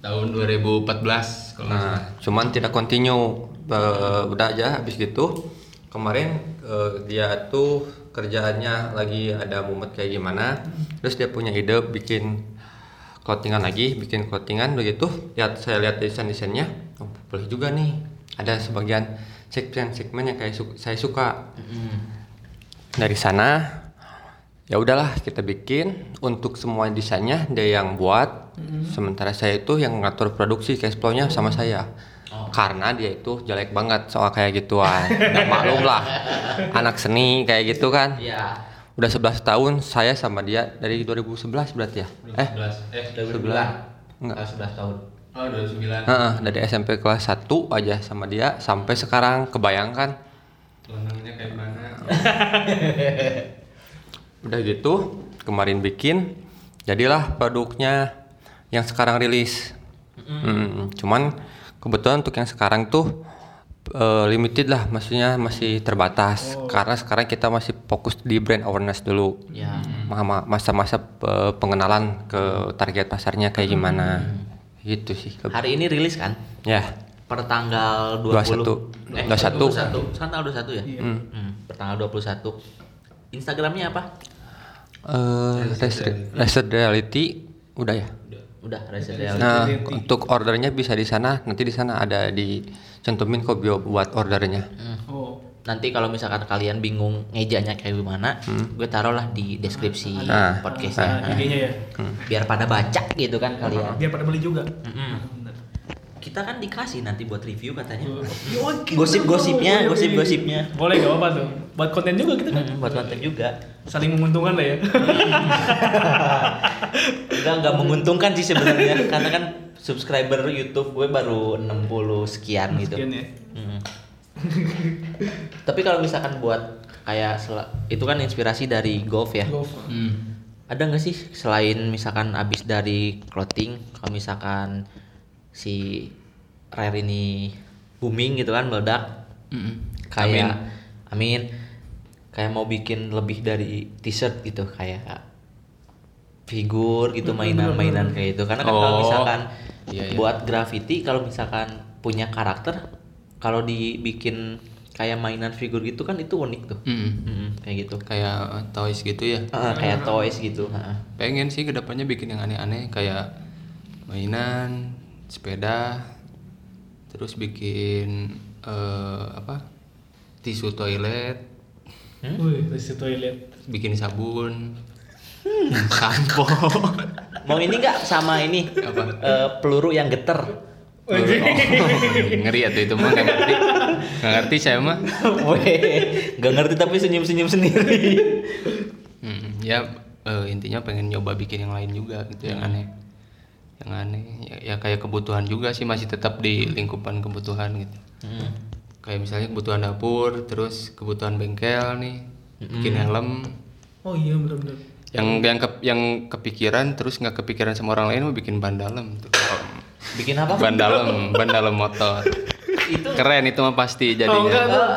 S3: tahun 2014 kalau nggak salah.
S4: Nah, cuman tidak continue Eh, udah aja habis gitu. Kemarin eh, dia tuh kerjaannya lagi ada mumet kayak gimana. Terus dia punya ide bikin clothingan lagi, bikin clothingan begitu. Lihat saya lihat desain-desainnya, oh, boleh juga nih. Ada sebagian segmen-segmen yang kayak su- saya suka. Dari sana ya udahlah kita bikin untuk semua desainnya dia yang buat sementara saya itu yang ngatur produksi cash flow-nya sama saya karena dia itu jelek banget soal kayak gituan Dan maklum lah anak seni kayak gitu kan
S2: iya
S4: udah 11 tahun saya sama dia dari 2011 berarti ya eh
S3: 2011 eh
S2: udah
S4: Sebelah.
S2: berbulan
S4: Enggak.
S2: enggak Eh, sebelas tahun
S3: oh 2009
S4: heeh, dari SMP kelas 1 aja sama dia sampai sekarang kebayangkan
S3: Lengannya kayak mana
S4: Udah gitu, kemarin bikin, jadilah produknya yang sekarang rilis. Mm, cuman kebetulan untuk yang sekarang tuh eh, limited lah, maksudnya masih terbatas. Karena sekarang kita masih fokus di brand awareness dulu.
S2: ya
S4: Ma- Masa-masa eh, pengenalan ke target pasarnya kayak gimana. Gitu sih.
S2: hari ini rilis kan
S4: Ya.
S2: per tanggal
S4: 21.
S2: 20 21.
S4: 21.
S2: Sekarang tanggal 21 ya
S4: Iya.
S2: hmm. per tanggal 21 Instagramnya apa
S4: Eh, Res- Reset Reality udah ya?
S2: udah ya. Residel
S4: Nah, untuk
S2: Hmm.
S4: ordernya bisa di sana. Nanti di sana ada dicantumin kok bio buat ordernya.
S1: Oh.
S2: nanti kalau misalkan kalian bingung ngejanya kayak gimana, gue taruhlah di deskripsi
S4: Hmm. Nah. Hmm.
S2: podcastnya
S1: Nah, IG-nya ya.
S2: biar pada baca gitu kan kalian.
S1: Biar pada beli juga.
S4: Uh-huh.
S2: Mm-mm. Kita kan dikasih nanti buat review katanya.
S1: Boleh, boleh.
S2: Gosip-gosipnya, gosip-gosipnya.
S1: Boleh gak apa-apa tuh. Buat konten juga kita kan.
S2: Mm, buat konten juga.
S1: Saling menguntungkan lah ya.
S2: Hmm, Enggak, enggak menguntungkan sih sebenarnya karena kan subscriber YouTube gue baru 60 sekian gitu.
S1: Sekian ya.
S2: Mm. Tapi kalau misalkan buat kayak sel- itu kan inspirasi dari golf ya.
S1: Go for it.
S5: Hmm.
S2: Ada nggak sih selain misalkan abis dari clothing, kalau misalkan si Rare ini booming gitu kan meledak,
S5: Mm-mm.
S2: kayak amin. kayak mau bikin lebih dari t-shirt gitu kayak figur gitu mainan-mainan kayak itu karena kan kalau
S3: Oh,
S2: misalkan
S5: iya, iya.
S2: buat graffiti kalau misalkan punya karakter kalau dibikin kayak mainan figur gitu kan itu unik tuh
S5: Mm-mm.
S2: Mm-mm, kayak gitu
S3: kayak eh, toys gitu ya
S2: Ah, kayak toys gitu ah.
S3: pengen sih kedepannya bikin yang aneh-aneh kayak mainan sepeda terus bikin eh, apa tisu toilet
S2: Hmm.
S1: Wih, ya, terus di toilet.
S3: bikin sabun sampo
S2: mau ini nggak sama ini Eh, peluru yang geter
S3: Oh, ngeri atau itu mah nggak ngerti nggak ngerti saya mah
S2: Weh, nggak ngerti tapi senyum-senyum sendiri
S3: Mm, ya eh, intinya pengen nyoba bikin yang lain juga gitu yang aneh yang aneh ya, ya kayak kebutuhan juga sih masih tetap di lingkupan kebutuhan gitu
S2: Hmm.
S3: kayak misalnya kebutuhan dapur terus kebutuhan bengkel nih bikin helm
S1: Oh iya benar-benar.
S3: yang yang ke- yang kepikiran terus nggak kepikiran sama orang lain mau bikin ban dalam tuh.
S2: bikin apa
S3: ban dalam ban dalam motor keren itu mah pasti
S1: Oh enggak
S3: jadinya
S1: tuh.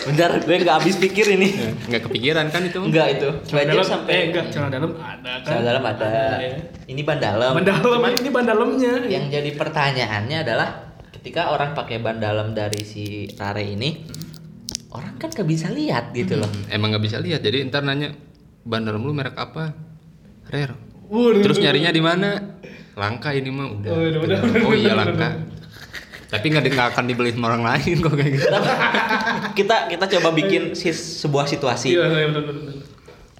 S2: bentar gue nggak habis pikir ini
S3: nggak kepikiran kan itu
S2: Enggak itu.
S1: Celana
S2: Belajar
S1: Iya. dalam
S2: sampai
S1: eh enggak celana dalam ada kan.
S2: Celana dalam ada.
S1: ya.
S2: Ini ban dalam.
S1: Ban dalam ini ban dalamnya.
S2: Yang jadi pertanyaannya adalah ketika orang pakai ban dalam dari si Rare ini, orang kan gak bisa lihat gitu loh.
S1: Hmm.
S3: emang nggak bisa lihat jadi ntar nanya ban dalam lu merek apa rare
S1: Waduh.
S3: terus nyarinya di mana langka ini mah udah
S1: Oh, udah, udah,
S3: oh
S1: udah,
S3: iya
S1: udah,
S3: langka tapi nggak di- nggak akan dibeli sama orang lain kok kayak gitu
S2: kita kita coba bikin si- sebuah situasi.
S1: Iya, iya benar-benar.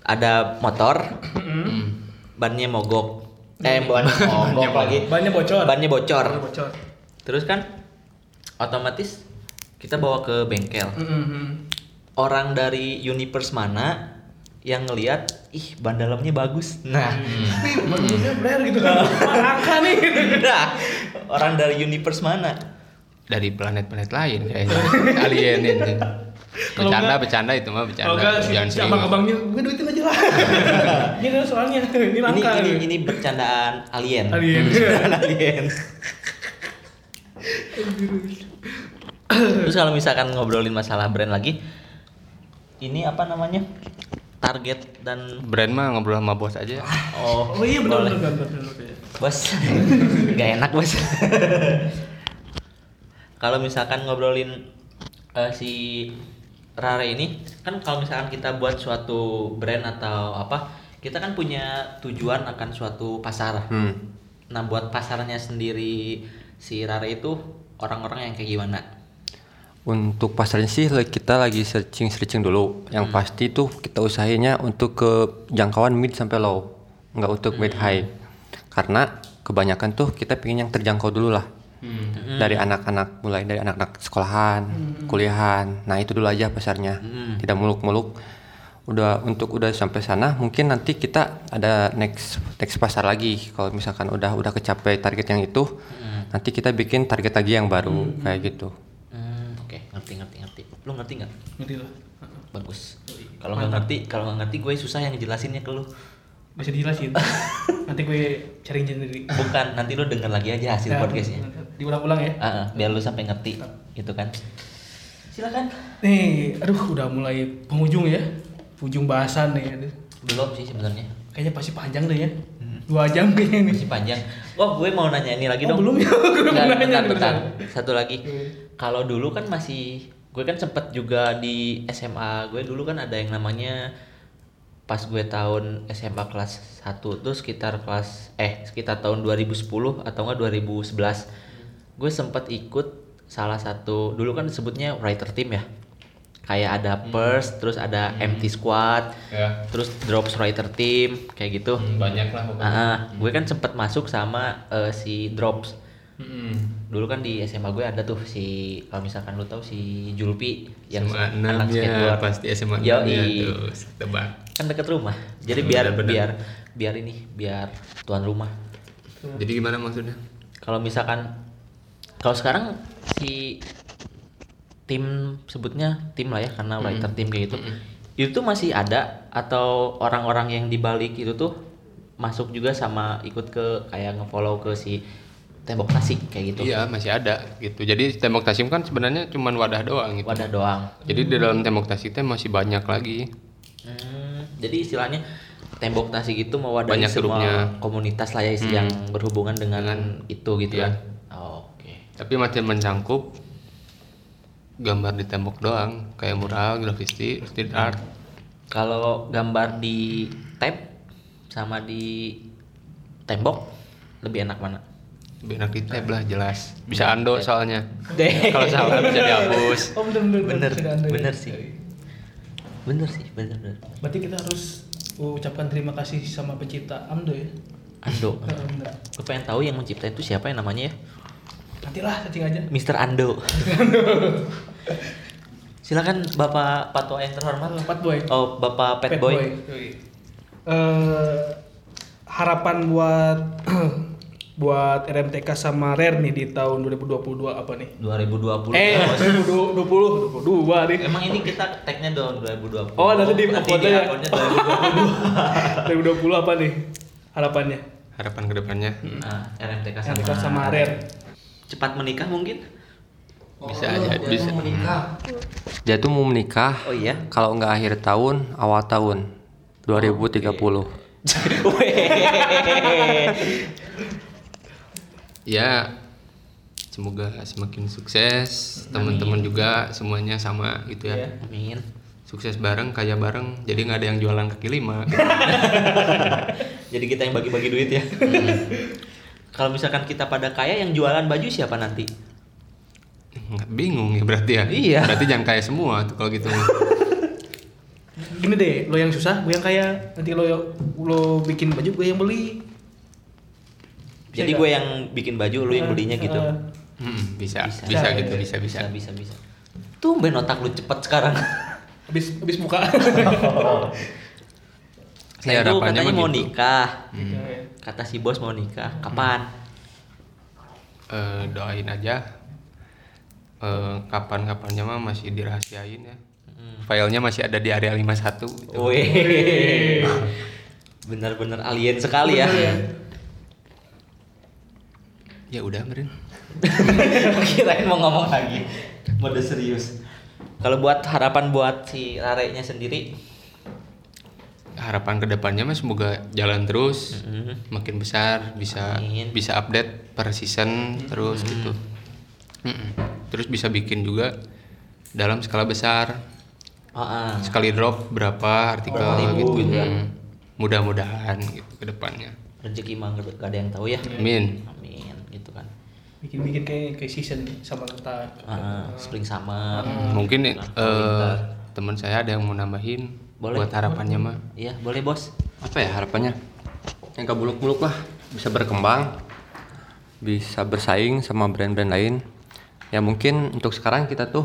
S2: Ada motor,
S3: Hmm.
S2: bannya mogok. Eh, ban mogok lagi.
S1: Bannya bocor.
S2: Bannya bocor.
S1: Bannya Iya, bocor.
S2: Terus kan otomatis kita bawa ke bengkel.
S1: Mm, mm.
S2: orang dari universe mana yang ngelihat ih ban dalamnya bagus nah
S1: Nih, bagusnya bener gitu kan. Langka nih.
S2: nah orang dari universe mana
S3: dari planet-planet lain kayaknya alien itu
S1: Kalau
S3: bercanda
S1: nggak-
S3: bercanda itu mah bercanda
S1: Kalau enggak si
S3: jangan
S1: si
S3: serius
S1: abang-abangnya gue duitin aja lah. Ini kan soalnya ini
S2: ini
S1: langka.
S2: ini
S1: nih.
S2: ini bercandaan alien
S1: Alien.
S2: Bercandaan alien terus kalau misalkan ngobrolin masalah brand lagi ini apa namanya target dan
S3: brand mah ngobrol sama bos aja
S2: oh,
S1: Oh iya benar
S2: boleh.
S1: benar benar, benar, benar.
S2: bos nggak enak bos kalau misalkan ngobrolin eh, si Rare ini kan kalau misalkan kita buat suatu brand atau apa kita kan punya tujuan akan suatu pasar
S4: Hmm.
S2: nah buat pasarnya sendiri si Rare itu orang-orang yang kayak gimana
S4: Untuk pasarnya sih le- kita lagi searching-searching dulu. Yang pasti tuh kita usahainnya untuk ke jangkauan mid sampai low, nggak untuk mid high. Karena kebanyakan tuh kita pengen yang terjangkau dulu lah. Dari anak-anak mulai dari anak-anak sekolahan, kuliahan. Nah, itu dulu aja pasarnya. Tidak muluk-muluk. Udah untuk udah sampai sana, mungkin nanti kita ada next next pasar lagi. Kalau misalkan udah udah kecapai target yang itu, nanti kita bikin target lagi yang baru kayak gitu.
S2: Hmm, oke ngerti ngerti ngerti lu ngerti nggak
S1: Ngerti lah.
S2: bagus kalau nggak ngerti kalau nggak ngerti gue susah yang jelasinnya ke lu
S1: Bisa dijelasin. Nanti gue cari sendiri.
S2: bukan nanti lu denger lagi aja hasil
S1: Nah,
S2: podcastnya
S1: Diulang-ulang ya.
S2: Ah, ah, biar lu sampai ngerti gitu kan silakan
S1: Nih, aduh udah mulai penghujung ya. Penghujung bahasan nih. aduh.
S2: belum sih sebenarnya
S1: Kayaknya pasti panjang deh ya. Dua jam kayaknya nih.
S2: masih panjang oh gue mau nanya ini lagi
S1: Oh, belum
S2: dong
S1: ya? Gue belum
S2: Bentar,
S1: nanya
S2: bentar,
S1: nih,
S2: bentar.
S1: bentar.
S2: satu lagi kalau dulu kan masih gue kan sempet juga di SMA gue dulu kan ada yang namanya pas gue tahun SMA kelas 1 tuh sekitar kelas eh sekitar tahun 2010 atau enggak 2011 gue sempet ikut salah satu dulu kan disebutnya writer team ya kayak ada
S1: Hmm.
S2: Purse, terus ada Empty Squad,
S3: Ya.
S2: terus Drops Writer Team kayak gitu.
S3: Hmm, banyak lah pokoknya.
S2: Ah, gue kan sempet masuk sama eh, si Drops.
S3: Hmm.
S2: Dulu kan di SMA gue ada tuh si kalau misalkan lu tahu si Julpi
S3: Yang
S2: yang
S3: SMA
S2: anak
S3: 6 ya
S2: skateboard.
S3: pasti SMA 6
S2: Yoi.
S3: ya tuh tebak.
S2: Kan deket rumah. Jadi
S3: Hmm,
S2: biar
S3: benar-benar.
S2: biar biar ini biar tuan rumah.
S3: Jadi gimana maksudnya?
S2: Kalau misalkan kalau sekarang si tim sebutnya tim lah ya
S3: Hmm.
S2: karena writer tim kayak gitu. Itu tuh masih ada atau orang-orang yang dibalik itu tuh masuk juga sama ikut ke kayak ngefollow ke si tembok klasik kayak gitu.
S3: Iya masih ada gitu. Jadi tembok tasim kan sebenarnya cuman wadah doang gitu.
S2: Wadah doang.
S3: Jadi di dalam tembok tasim teh masih banyak lagi.
S2: Hmm, jadi istilahnya tembok tasik itu mewadahi
S3: Banyak
S2: semua
S3: grupnya. Hmm.
S2: komunitas lah ya yang berhubungan dengan itu gitu
S3: Iya.
S2: kan. Oh, Oke.
S3: Tapi masih mencangkup gambar di tembok doang, kayak mural, grafiti, street art.
S2: Kalau gambar di tab sama di tembok lebih enak mana?
S3: Lebih enak di tab lah jelas. Bisa ando soalnya. Kalau salah bisa dihapus.
S1: Oh bener bener
S2: Bener,
S1: sudah Andre. Iya,
S2: bener sih. Bener sih, bener bener.
S1: Berarti kita harus ucapkan terima kasih sama pencipta Amdo ya.
S2: Ando.
S1: Bener, bener.
S2: Gue pengen tahu yang menciptain itu siapa yang namanya ya?
S1: Nantilah cacing aja.
S2: Mr. Ando. Silakan Bapak Patwa yang terhormat.
S1: Pat Boy.
S2: Oh, Bapak Pet, Boy.
S1: Yoi. Eh, harapan buat buat RMTK sama Rare nih di tahun 2022 apa nih?
S2: 2020.
S1: Eh,
S2: ya, Bos.
S1: 2020, 22 nih.
S2: Emang ini kita tag-nya tahun 2020.
S1: Oh, nanti di upload-nya ya?
S2: upload-nya 2020.
S1: 2020 apa nih harapannya?
S3: Harapan kedepannya
S2: nah, RMTK sama,
S1: RMTK sama Rare.
S2: Cepat menikah mungkin?
S3: bisa aja bisa.
S4: Dia tuh mau menikah
S2: Oh iya.
S4: kalau nggak akhir tahun, awal tahun 2030.
S3: Ya semoga semakin sukses teman-teman juga semuanya sama gitu ya.
S2: Amin.
S3: Sukses bareng, kaya bareng. Jadi nggak ada yang jualan kaki lima. gitu.
S2: Jadi kita yang bagi-bagi duit ya. Kalau misalkan kita pada kaya yang jualan baju siapa nanti?
S3: Nggak bingung ya berarti ya.
S2: Iya.
S3: Berarti jangan kaya semua tuh kalau gitu. mah.
S1: Gini deh, lo yang susah, gue yang kaya. Nanti lo lo bikin baju gue yang beli. Bisa
S2: Jadi
S1: nggak?
S2: gue yang bikin baju, lu yang belinya gitu.
S1: Eh,
S3: Mm, bisa, bisa,
S1: Bisa,
S3: gitu,
S1: ya.
S3: bisa, bisa.
S2: bisa, bisa. Tumben otak lu cepet sekarang.
S1: habis habis buka.
S3: Saya
S2: Nah, itu
S3: harapannya
S2: katanya
S3: mah
S2: mau
S3: gitu.
S2: nikah.
S1: Oke.
S2: Kata si bos mau nikah. Kapan?
S3: Eh, doain aja. Eh, kapan-kapannya mah masih dirahasiain ya. Filenya masih ada di area 51 gitu.
S2: Wih. Bener-bener alien sekali ya.
S3: Ya udah, Merin.
S2: Kirain mau ngomong lagi. Mode serius. Kalau buat harapan buat si Rarenya sendiri,
S3: harapan kedepannya mas semoga jalan terus makin besar bisa
S2: Amin.
S3: bisa update per season terus gitu Mm-mm. terus bisa bikin juga dalam skala besar
S2: oh, ah.
S3: sekali drop berapa artikel gitu, Mm. mudah-mudahan gitu kedepannya
S2: rezeki mah gak gak ada yang tahu ya.
S3: amin
S2: Amin gitu kan.
S1: Bikin-bikin kayak kayak season sama tentang
S2: Ah, spring summer.
S4: Hmm.
S3: mungkin eh, teman saya ada yang mau nambahin
S2: Boleh.
S3: buat harapannya mah
S2: Iya, boleh bos.
S4: Apa ya harapannya? Yang gak buluk-buluk lah, bisa berkembang, bisa bersaing sama brand-brand lain. Ya mungkin untuk sekarang kita tuh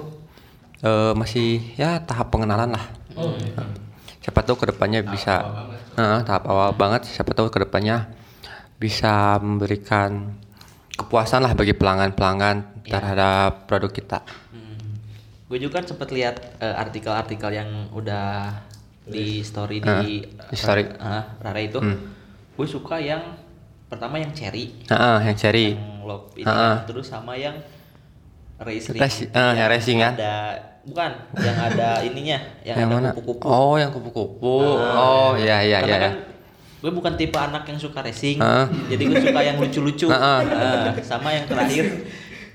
S4: eh, masih ya tahap pengenalan lah. Siapa tahu kedepannya bisa Eh, tahap awal banget. Siapa tahu kedepannya bisa memberikan kepuasan lah bagi pelanggan-pelanggan terhadap produk kita.
S2: Hmm. Gue juga kan sempet lihat eh, artikel-artikel yang udah di story di,
S4: di story. Hmm.
S2: Ah, Rara itu. Gue suka yang pertama yang cherry,
S4: Nah, yang seri.
S2: yang lob itu,
S4: Ah, ah.
S2: terus sama yang race ring.
S4: Tes, eh, yang racing kan?
S2: Ada bukan yang ada ininya, yang,
S4: yang
S2: ada
S4: mana?
S2: kupu-kupu.
S4: Oh, yang kupu-kupu. oh, iya iya
S2: Karena
S4: iya. Ah.
S2: kan gue bukan tipe anak yang suka racing,
S4: Heeh.
S2: jadi gue suka yang
S4: Ah,
S2: lucu-lucu. Ah, Eh,
S4: Heeh.
S2: sama yang terakhir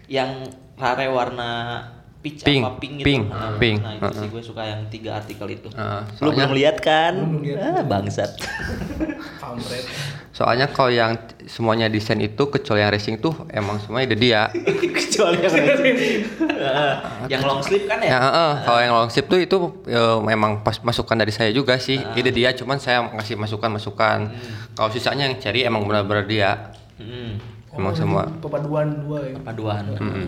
S2: yang rare warna Peach
S4: Pink,
S2: apa pink,
S4: pink,
S2: gitu. Nah,
S4: pink.
S2: Nah, itu sih gue suka yang tiga artikel itu.
S4: Nah,
S2: Lu
S4: soalnya-
S2: belum lihat kan?
S1: Belum lihat.
S2: Ah, bangsat.
S1: Kampret.
S4: Soalnya kalau yang t- semuanya desain itu kecuali yang racing tuh emang semuanya ada dia.
S2: Kecuali yang Ah, yang long sleeve kan
S4: Ya,
S2: ya?
S4: heeh. kalau yang longsip tuh itu eh, memang pas masukan dari saya juga sih. Ide dia cuman saya ngasih masukan-masukan. Kalau sisanya yang cari emang benar-benar dia.
S2: Hmm.
S4: Emang semua.
S1: Perpaduan dua ya.
S2: Paduan.
S4: Mm-mm.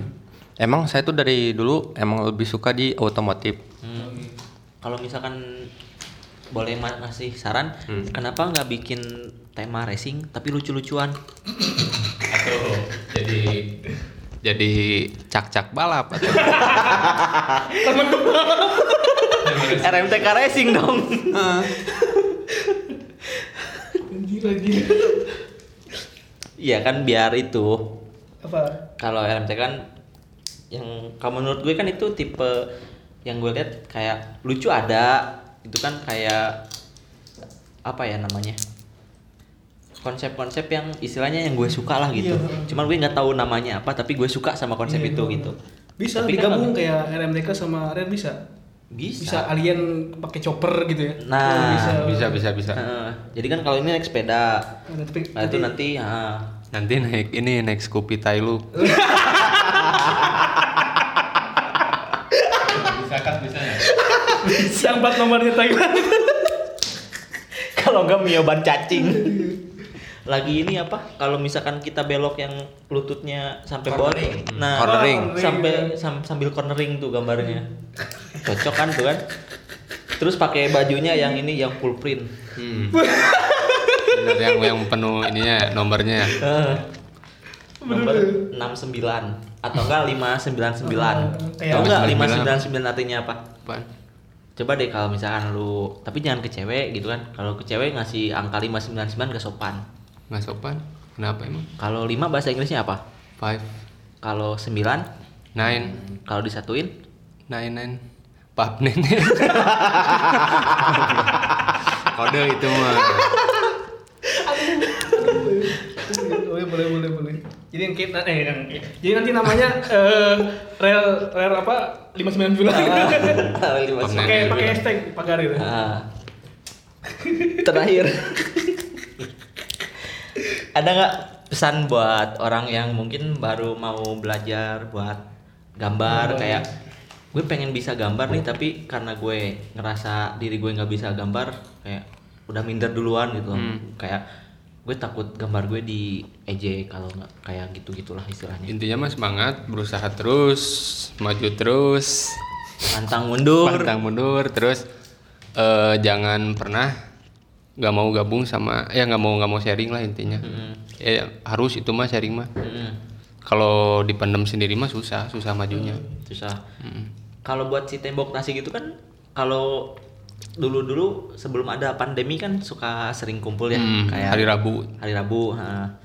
S4: Emang saya tuh dari dulu emang lebih suka di otomotif.
S2: Hmm.
S1: ya.
S2: Kalau misalkan boleh ma- ngasih saran,
S4: Hmm.
S2: kenapa nggak bikin tema racing tapi lucu-lucuan?
S3: atau jadi jadi cak-cak balap atau
S2: RMTK Racing dong.
S4: Ah.
S1: Gila gila.
S2: Iya kan biar itu
S1: Apa?
S2: kalau RMTK kan yang kalau menurut gue kan itu tipe yang gue lihat kayak lucu ada itu kan kayak apa ya namanya konsep-konsep yang istilahnya yang gue suka lah gitu
S1: Iya.
S2: cuman gue nggak tahu namanya apa tapi gue suka sama konsep
S1: Iya,
S2: itu
S1: iya.
S2: gitu
S1: Bisa
S2: Tapi kan
S1: digabung
S2: nggak-
S1: kayak RMTK sama Ren bisa. Bisa
S2: bisa,
S1: alien pakai chopper gitu ya.
S2: Nah,
S1: Oh,
S3: bisa bisa bisa
S2: Heeh. jadi kan kalau ini naik sepeda
S1: Nah, tapi
S2: nah itu nanti ah.
S3: nanti naik ini naik Scoopy Thailand bisa kan bisa ya
S1: yang plat nomornya Thailand.
S2: kalau nggak mioban cacing lagi ini apa kalau misalkan kita belok yang lututnya sampai bot
S4: Cornering.
S2: nah
S4: Cornering.
S2: sampai sam- sambil cornering tuh gambarnya cocok kan tuh kan terus pakai bajunya yang ini yang full print
S3: Bener, yang yang penuh ininya nomornya
S2: Eh,
S1: Bener.
S2: nomor 69 atau enggak 599
S1: Kayak
S2: atau enggak
S3: 599.
S2: 599 artinya apa
S3: apaan
S2: coba deh kalau misalkan lu tapi jangan ke cewek gitu kan kalau ke cewek ngasih angka 599 gak sopan
S3: nggak sopan kenapa emang
S2: kalau 5 bahasa Inggrisnya apa
S3: five
S2: kalau 9
S3: nine
S2: Kalau disatuin
S3: nine nine pap nenek kode itu mah
S1: boleh boleh boleh boleh jadi yang kita eh yang jadi nanti namanya eh, rel rel apa 599
S3: Pernah.
S1: pakai pakai hashtag pagar itu
S2: Nah, gitu. Ah. Terakhir Ada nggak pesan buat orang yang mungkin baru mau belajar buat gambar kayak gue pengen bisa gambar nih tapi karena gue ngerasa diri gue nggak bisa gambar kayak udah minder duluan gitu kayak gue takut gambar gue di ejek kalau nggak kayak gitu gitulah istilahnya
S3: intinya mah semangat berusaha terus maju terus
S2: pantang mundur
S3: pantang mundur terus eh, jangan pernah nggak mau gabung sama ya nggak mau nggak mau sharing lah intinya
S2: Hmm.
S3: ya harus itu mah sharing mah
S2: Mm-mm.
S3: kalau dipendam sendiri mah susah susah majunya
S2: Hmm. susah kalau buat si tembok nasi gitu kan kalau dulu dulu sebelum ada pandemi kan suka sering kumpul ya
S3: Hmm,
S2: kayak
S3: hari Rabu
S2: hari Rabu ha.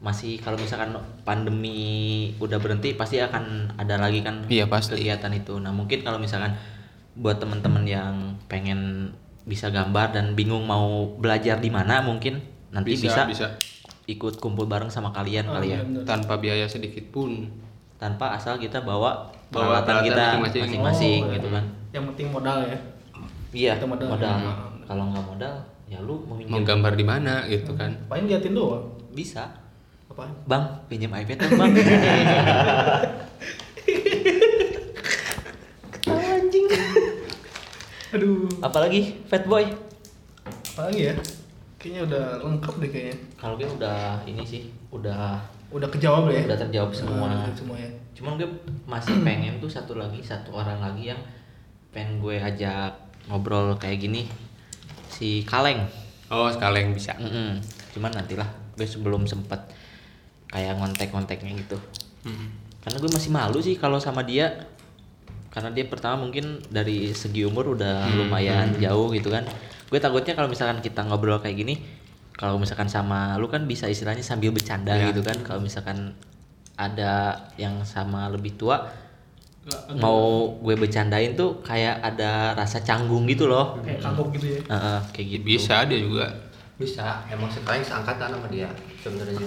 S2: masih kalau misalkan pandemi udah berhenti pasti akan ada lagi kan
S3: Iya, pasti.
S2: kegiatan itu nah mungkin kalau misalkan buat temen-temen yang pengen bisa gambar dan bingung mau belajar di mana mungkin nanti bisa, ikut kumpul bareng sama
S1: Ah,
S2: kalian kali ya
S3: tanpa biaya sedikit pun
S2: tanpa asal kita bawa peralatan
S3: Bawa peralatan
S2: kita
S3: masing-masing.
S2: masing-masing
S1: Oh,
S2: gitu kan
S1: yang penting modal ya
S2: iya
S1: Kita modal.
S2: modal, kalau nggak modal ya lu mau
S3: mau
S2: pinjam
S3: gambar di mana gitu kan
S1: paling liatin doang
S2: bisa
S1: apa
S2: bang pinjam iPad dong bang anjing
S1: aduh
S2: apalagi fat boy
S1: apa lagi ya kayaknya udah lengkap deh kayaknya
S2: kalau gue udah ini sih udah
S1: udah kejawab ya
S2: udah terjawab semua
S1: Nah, udah semua ya
S2: cuman gue masih pengen tuh satu lagi satu orang lagi yang pengen gue ajak ngobrol kayak gini si kaleng
S3: oh sekalian bisa
S2: Mm-mm. Cuman nantilah gue sebelum sempet kayak ngontek-ngonteknya gitu. Karena gue masih malu sih kalau sama dia. Karena dia pertama mungkin dari segi umur udah lumayan jauh gitu kan. Gue takutnya kalau misalkan kita ngobrol kayak gini, kalau misalkan sama lu kan bisa istilahnya sambil bercanda gitu kan. Kalau misalkan ada yang sama lebih tua mau gue bercandain tuh kayak ada rasa canggung gitu loh.
S1: kayak kangkung gitu ya
S2: Heeh, kayak gitu.
S3: bisa dia juga
S4: Bisa, Nah, emang sekarang seangkatan sama dia sebenarnya.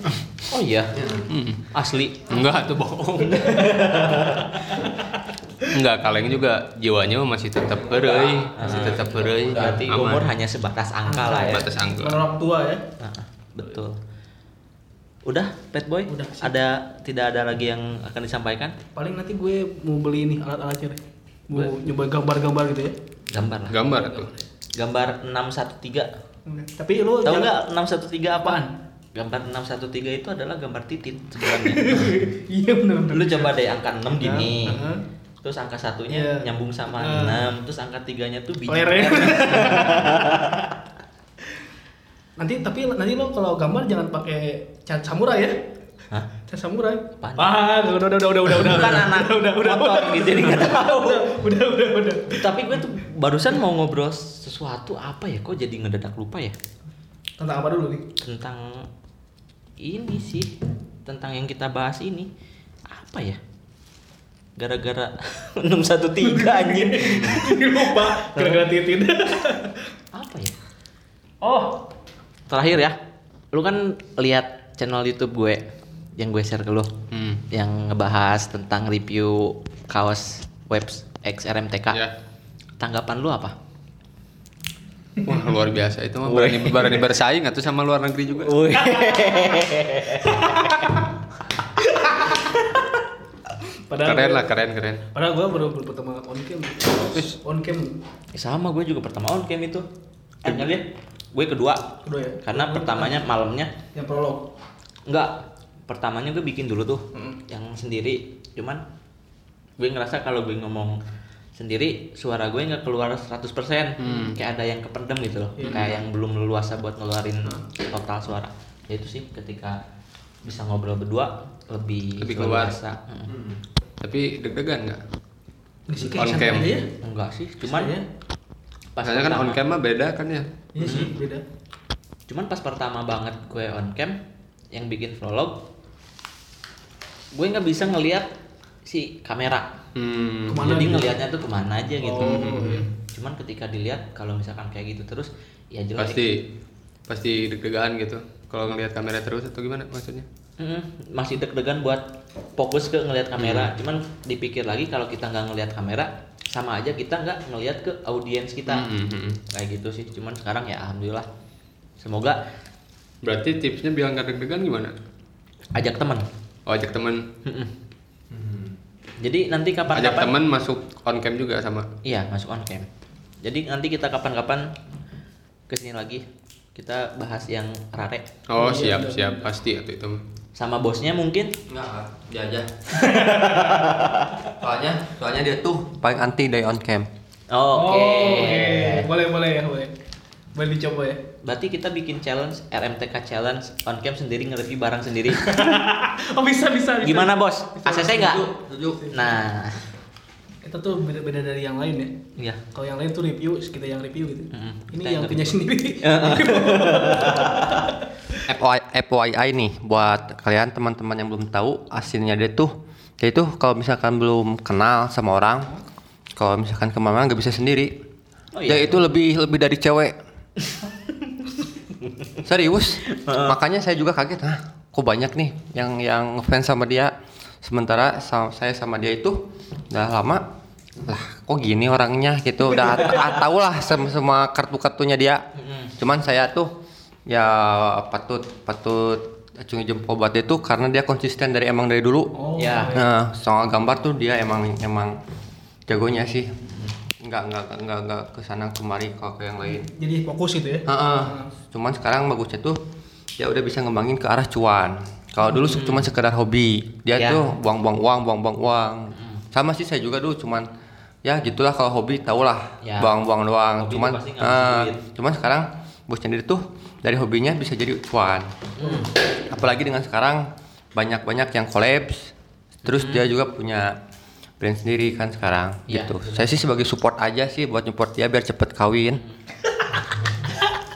S2: Oh iya. Asli.
S3: enggak tuh bohong enggak kaleng juga jiwanya mah masih tetap heureuy, masih tetap heureuy.
S2: Ah. Berarti
S3: Aman.
S2: umur hanya sebatas angka lah ya.
S3: batas angka.
S1: orang tua ya
S2: Nah, betul. Udah, Pet Boy?
S1: Udah, sip.
S2: Ada tidak ada lagi yang akan disampaikan?
S1: paling nanti gue mau beli ini alat-alatnya deh mau nyoba gambar-gambar gitu ya
S2: Gambar lah.
S3: Gambar tuh.
S2: Gambar 613.
S1: tapi lu
S2: Tahu
S1: jangan-
S2: nggak 613 apaan? Gambar 613 itu adalah gambar titik sebenarnya.
S1: iya benar benar
S2: Lu coba deh angka 6 gini.
S1: Heeh.
S2: Terus angka satunya
S1: Iya.
S2: nyambung sama
S1: Heeh.
S2: 6, terus angka tiganya tuh biji.
S1: Lere.
S2: peler.
S1: nanti tapi nanti lo kalau gambar jangan pakai cat samurai ya
S2: Hah?
S1: cat samurai
S2: Apaan?
S1: ah udah udah udah udah udah
S2: Bukan anak
S1: udah udah
S2: motor gitu, jadi nggak tahu.
S1: udah udah udah udah
S2: Tapi gue tuh barusan mau ngobrol sesuatu apa ya? Kok jadi ngedadak lupa ya?
S1: tentang apa dulu nih
S2: Tentang ini sih, tentang yang kita bahas ini. Apa ya? Gara-gara 613 anjing.
S1: lupa gara-gara titin
S2: Apa ya?
S1: oh
S2: Terakhir ya. Lu kan lihat channel YouTube gue yang gue share ke lu.
S3: Hmm.
S2: Yang ngebahas tentang review kaos webs XRMTK.
S3: Ya.
S2: Tanggapan lu apa?
S3: Wah, luar biasa itu mah berani berani bersaing atau sama luar negeri juga.
S1: padahal
S3: Keren lah, keren keren.
S1: padahal gue baru baru pertama on cam on cam
S2: Eh, sama gue juga pertama on cam itu. Eh, nggak liat? Gue kedua.
S1: kedua ya
S2: Karena pertamanya malamnya
S1: yang prolog
S2: Enggak, pertamanya gue bikin dulu tuh yang sendiri. Cuman gue ngerasa kalau gue ngomong sendiri suara gue nggak keluar 100%
S3: Hmm.
S2: kayak ada yang kependem gitu loh kayak yang belum leluasa buat ngeluarin
S3: Hmm.
S2: total suara ya itu sih ketika bisa ngobrol berdua lebih
S3: Lebih keluar. Hmm.
S2: leluasa. Mm.
S3: Tapi deg-degan nggak?
S1: Ini sih
S3: On
S1: Hmm. kayak
S3: cam.
S1: sama aja ya
S2: Hmm. enggak sih cuman
S1: Iya.
S2: pas
S3: Pasalnya kan on
S2: pertama-
S3: cam mah beda kan ya.
S1: iya sih beda
S2: Cuman pas pertama banget gue on cam yang bikin vlog gue nggak bisa ngelihat si kamera.
S3: Hmm.
S1: Kemana
S2: Jadi
S1: gitu?
S2: ngelihatnya tuh kemana aja gitu.
S1: Oh, iya.
S2: Cuman ketika dilihat kalau misalkan kayak gitu terus ya jelek.
S3: Pasti pasti deg-degan gitu. Kalau ngelihat kamera terus atau gimana maksudnya?
S2: Mm, masih deg-degan buat fokus ke ngelihat kamera.
S3: Mm-hmm.
S2: Cuman dipikir lagi kalau kita nggak ngelihat kamera sama aja kita nggak ngelihat ke audiens kita.
S3: Hmm, hmm, hmm.
S2: Kayak gitu sih. Cuman sekarang ya alhamdulillah. Semoga
S3: Berarti tipsnya biar nggak deg-degan gimana?
S2: ajak teman.
S3: Oh, ajak temen
S1: Mm-hmm.
S2: Jadi nanti
S3: ajak
S2: kapan-kapan
S3: temen masuk on cam juga sama.
S2: Iya, masuk on cam. Jadi nanti kita kapan-kapan kesini lagi kita bahas yang rare
S3: Oh, siap siap pasti atau itu mah.
S2: sama bosnya mungkin.
S4: Enggak, ah, dia aja. soalnya, soalnya dia tuh paling anti day on cam.
S2: Oh, Oke.
S1: boleh boleh ya boleh boleh dicoba ya
S2: Berarti kita bikin challenge RMTK challenge on cam sendiri nge-review barang sendiri.
S1: oh bisa bisa, bisa.
S2: Gimana bos? ACC nggak?
S4: Setuju.
S2: Nah,
S1: kita tuh beda beda dari yang lain ya
S2: iya.
S1: kalau yang lain tuh review kita yang review gitu
S2: Mm-mm.
S1: ini
S2: Kita
S1: yang
S2: yang
S1: punya sendiri
S4: FY- FYI nih buat kalian teman-teman yang belum tahu aslinya dia tuh dia tuh kalau misalkan belum kenal sama orang kalau misalkan kemana nggak bisa sendiri
S2: Oh iya.
S4: dia itu lebih lebih dari cewek serius makanya saya juga kaget ah kok banyak nih yang yang fans sama dia sementara sa- saya sama dia itu udah lama lah kok gini orangnya gitu udah ah, tahu lah sem- semua kartu-kartunya dia cuman saya tuh ya patut patut acungi jempol buat dia tuh karena dia konsisten dari emang dari dulu
S1: oh
S2: Ya.
S4: nah soal gambar tuh dia emang emang jagonya sih nggak nggak nggak nggak kesana kemari kalau ke yang lain
S1: jadi fokus gitu ya
S4: Heeh. Cuman sekarang bagusnya tuh ya udah bisa ngembangin ke arah cuan. Kalau dulu se- cuman sekedar hobi.
S2: Hmm. Ya.
S4: Dia
S2: Hmm.
S4: tuh buang-buang uang, buang-buang uang. Sama sih saya juga dulu cuman ya gitulah kalau hobi tahulah
S2: Ya.
S4: buang-buang doang.
S2: Hobi
S4: cuman
S2: tuh pasti nggak bisa
S4: eh,
S2: duit.
S4: cuman sekarang bosnya sendiri tuh dari hobinya bisa jadi cuan.
S2: Hmm.
S4: Apalagi dengan sekarang banyak-banyak yang collabs. Terus dia juga punya brand sendiri kan sekarang
S2: Hmm. Ya,
S4: gitu. Saya sih sebagai support aja sih buat support dia biar cepet
S2: Hmm.
S4: kawin.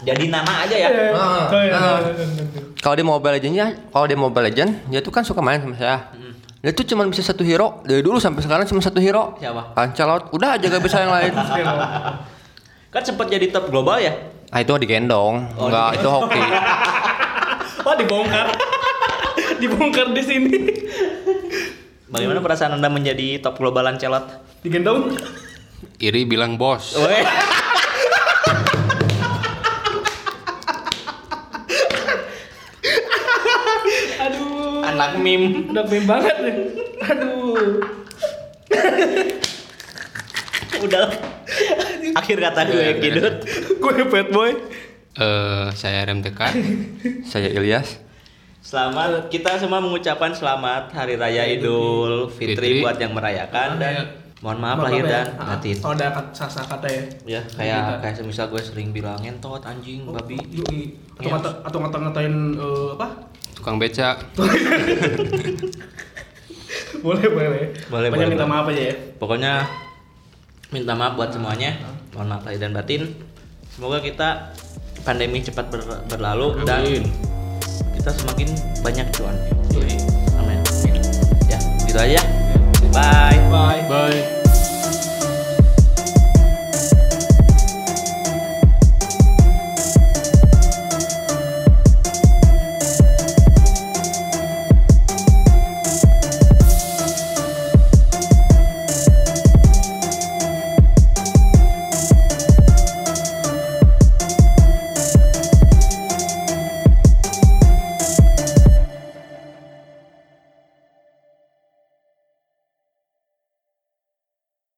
S2: Jadi nama aja ya.
S1: Oh, iya,
S4: Ah, ah.
S1: iya, iya, iya.
S4: kalau di Mobile Legends ya, kalau di Mobile Legends dia tuh kan suka main sama saya.
S2: Hmm.
S4: Dia tuh cuma bisa satu hero dari dulu sampai sekarang cuma satu hero.
S2: Siapa?
S4: Lancelot. Udah aja gak bisa yang lain.
S1: Iya.
S2: Kan sempat jadi top global ya.
S4: Ah itu digendong.
S2: Oh,
S4: Enggak, itu hoki.
S1: oh dibongkar dibongkar di sini
S2: Hmm. Bagaimana perasaan Anda menjadi top global Lancelot?
S1: digendong
S3: Iri bilang bos.
S2: Weh.
S1: aduh
S2: Anak mim.
S1: udah meme banget nih aduh
S2: Udah. Akhir kata gue
S3: Iya, iya.
S2: Kidut.
S1: gue bad boy
S3: Eh, saya RMTK.
S4: Saya Ilyas.
S2: Selamat kita semua mengucapkan selamat Hari Raya Idul Fitri
S3: Fitri.
S2: buat yang merayakan dan mohon maaf ya. lahir dan batin.
S1: oh udah kat- sasa kata ya
S2: Ya kayak kayak semisal gue sering bilang ngentot anjing
S1: Oh.
S2: Hmm, babi. Iya.
S1: Yoi. atau ngata, atau ngata ngatain eh, apa
S3: Tukang beca.
S1: boleh boleh Pokoknya
S2: Boleh, boleh,
S1: minta
S2: boleh.
S1: maaf aja ya
S2: Pokoknya minta maaf buat semuanya. Mohon maaf lahir dan batin. Semoga kita pandemi cepat ber- berlalu dan kita semakin banyak cuan. Amin. Ya, gitu aja. Bye.
S1: bye
S3: Bye.